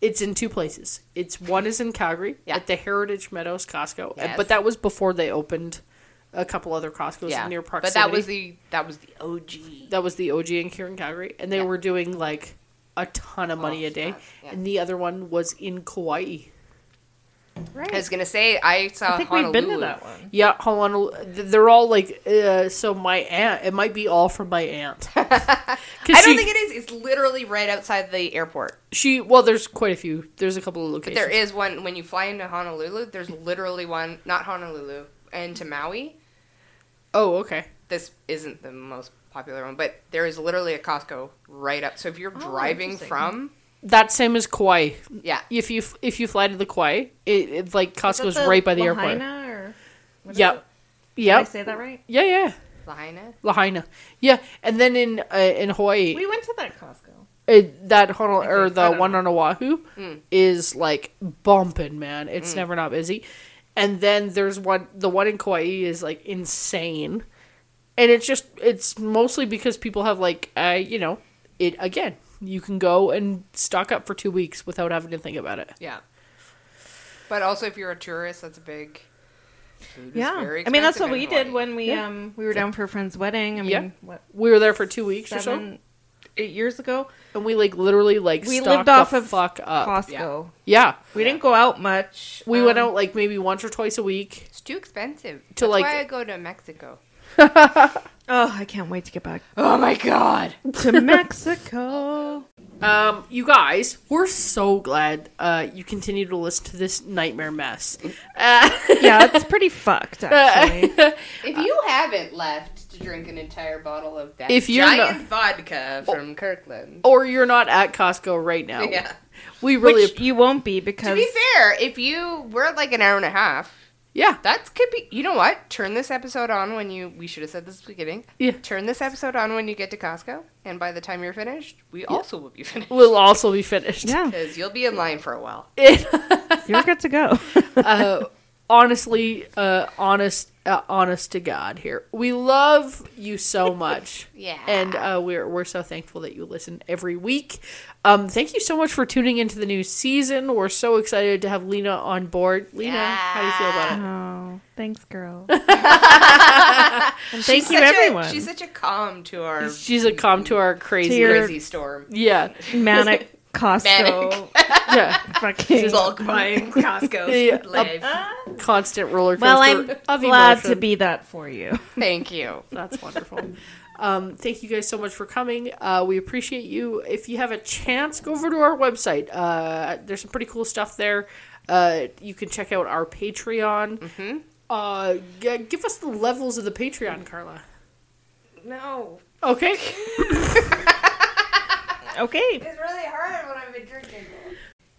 S2: It's in two places. It's one is in Calgary
S1: Yeah.
S2: at the Heritage Meadows Costco, and-
S1: Yes.
S2: but that was before they opened a couple other Costco's
S1: yeah.
S2: near
S1: but
S2: proximity.
S1: that was the that was the OG.
S2: that was the OG in here in Calgary, and they
S1: Yeah.
S2: were doing like a ton of money
S1: Oh,
S2: a day.
S1: God, yeah.
S2: And the other one was in Kauai.
S3: Right.
S1: I was gonna say I saw.
S3: I think
S1: Honolulu.
S3: we've been to that one.
S2: Yeah, Honolulu. They're all like, uh, so my aunt. It might be all from my aunt. I
S1: I don't think it is. It's literally right outside the airport.
S2: She well, there's quite a few. There's a couple of locations.
S1: There is one when you fly into Honolulu. There's literally one, not Honolulu, and to Maui.
S2: Oh, okay.
S1: This isn't the most popular one, but there is literally a Costco right up. So if you're driving
S3: Oh, interesting.
S1: from,
S2: That same as Kauai.
S1: yeah,
S2: If you if you fly to the Kauai, it, it like
S3: Is that
S2: Costco's right by the airport.
S3: Lahaina or what is it?
S2: Yep.
S3: Did I
S2: Yep.
S3: say that right?
S2: Yeah, yeah.
S1: Lahaina.
S2: Lahaina. Yeah, and then in uh, in Hawaii,
S3: We went to that Costco.
S2: it, that Honol- or
S3: think.
S2: the
S3: I don't Hmm.
S2: one on Oahu
S1: Mm.
S2: is like bumping, man. It's never not busy. And then there's one, the one in Kauai is like insane, and it's just it's mostly because people have like, uh, you know, it again. You can go and stock up for two weeks without having to think about it.
S1: Yeah. But also, if you're a tourist, that's a big. Food is very
S3: I mean, that's
S1: expensive
S3: what
S1: in
S3: we did
S1: Hawaii.
S3: when we
S2: Yeah.
S3: um we were down for a friend's wedding. I mean,
S2: Yeah.
S3: what
S2: We were there for two weeks or so,
S3: seven, eight years ago?
S2: and we like literally like
S3: We
S2: stocked
S3: lived off
S2: the
S3: of
S2: fuck up.
S3: Costco.
S1: Yeah.
S2: yeah,
S3: Uh, We didn't go out much.
S2: we went
S3: Um,
S2: out like maybe once or twice a week.
S1: It's too expensive.
S2: To,
S1: That's
S2: like-
S1: why I go to Mexico.
S3: Oh, I can't wait to get back
S1: Oh my god.
S3: to Mexico.
S2: Um, you guys, we're so glad uh, you continue to listen to this nightmare mess. Uh,
S3: yeah, it's pretty fucked actually.
S1: If you haven't left to drink an entire bottle of that
S2: If you're
S1: giant vodka from Kirkland,
S2: or you're not at Costco right now.
S1: yeah.
S2: We really,
S3: Which you won't be
S1: To
S3: because
S1: be fair, if you were like an hour and a half,
S2: yeah,
S1: that could be. You know what? Turn this episode on when you. We should have said this at the beginning.
S2: Yeah.
S1: Turn this episode on when you get to Costco, and by the time you're finished, we also will be finished.
S2: we'll also be finished.
S3: yeah,
S1: Because you'll be in line for a while.
S3: you're good to go.
S2: uh, honestly, uh, honest, uh, honest to God, here we love you so much.
S1: Yeah.
S2: and uh, we're we're so thankful that you listen every week. Um, thank you so much for tuning into the new season. We're so excited to have Lena on board. Lena, how do you feel about it?
S3: oh, thanks, girl. and thank you,
S1: such a-
S3: everyone.
S1: she's such a calm to our
S2: She's a calm to our
S3: To
S2: crazy.
S3: your-
S1: crazy storm.
S2: yeah,
S3: manic Costco.
S2: yeah.
S3: Fucking.
S1: Bulk buying
S2: Yeah.
S1: Costco's life.
S2: Constant roller coaster.
S3: Well, I'm
S2: of
S3: glad to
S2: emotion.
S3: be that for you.
S1: Thank you.
S2: That's wonderful. um, thank you guys so much for coming. Uh, we appreciate you. If you have a chance, go over to our website. Uh, there's some pretty cool stuff there. Uh, you can check out our Patreon. Mm-hmm. Uh, g- give us the levels of the Patreon, Carla.
S1: No,
S2: Okay.
S3: Okay.
S1: it's really hard when I've been drinking.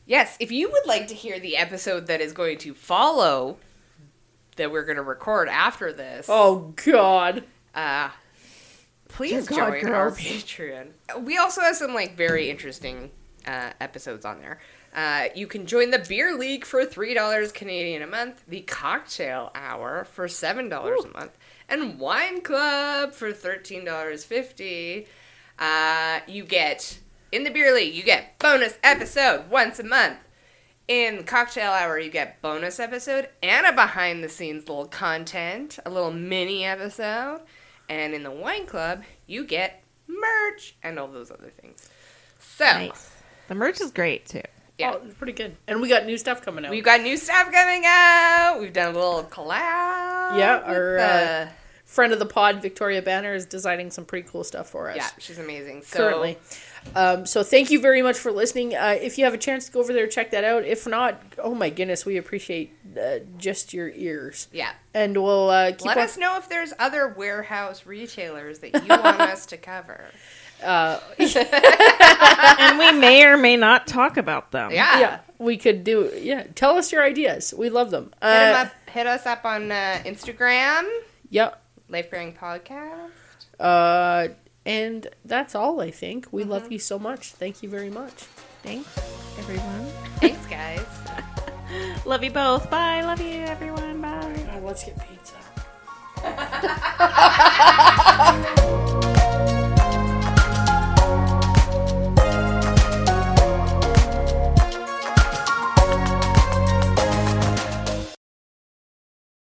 S1: Yes, if you would like to hear the episode that is going to follow, that we're going to record after this,
S2: Oh God.
S1: uh, please
S3: Dear God,
S1: join our
S3: girls.
S1: Patreon. We also have some like very interesting uh, episodes on there. Uh, you can join the beer league for three dollars Canadian a month, the cocktail hour for seven dollars a month, and wine club for thirteen dollars fifty. Uh, you get in the beer league, you get bonus episode once a month. In cocktail hour, you get bonus episode and a behind the scenes little content, a little mini episode. And in the wine club, you get merch and all those other things. So
S3: Nice. The merch is great too.
S1: Yeah.
S2: Oh, pretty good. And we got new stuff coming out.
S1: we've got new stuff coming out. We've done a little collab.
S2: Yeah,
S1: with,
S2: our, uh, Friend of the pod, Victoria Banner, is designing some pretty cool stuff for us.
S1: yeah, she's amazing. So,
S2: currently. Um, so thank you very much for listening. Uh, if you have a chance to go over there, check that out. If not, oh my goodness, we appreciate uh, just your ears.
S1: yeah.
S2: And we'll uh, keep
S1: Let
S2: on-
S1: us know if there's other warehouse retailers that you want us to cover.
S2: Uh,
S3: And we may or may not talk about them.
S1: Yeah.
S2: yeah, we could do. Yeah, tell us your ideas. We love them.
S1: Hit, 'em
S2: Uh,
S1: up, hit us up on uh, Instagram,
S2: yeah,
S1: Life Pairing Podcast.
S2: uh, and that's all. I think we
S1: Mm-hmm.
S2: love you so much. Thank you very much.
S3: Thanks, everyone.
S1: Thanks, guys.
S3: Love you both. Bye. Love you, everyone. Bye.
S2: let's get pizza.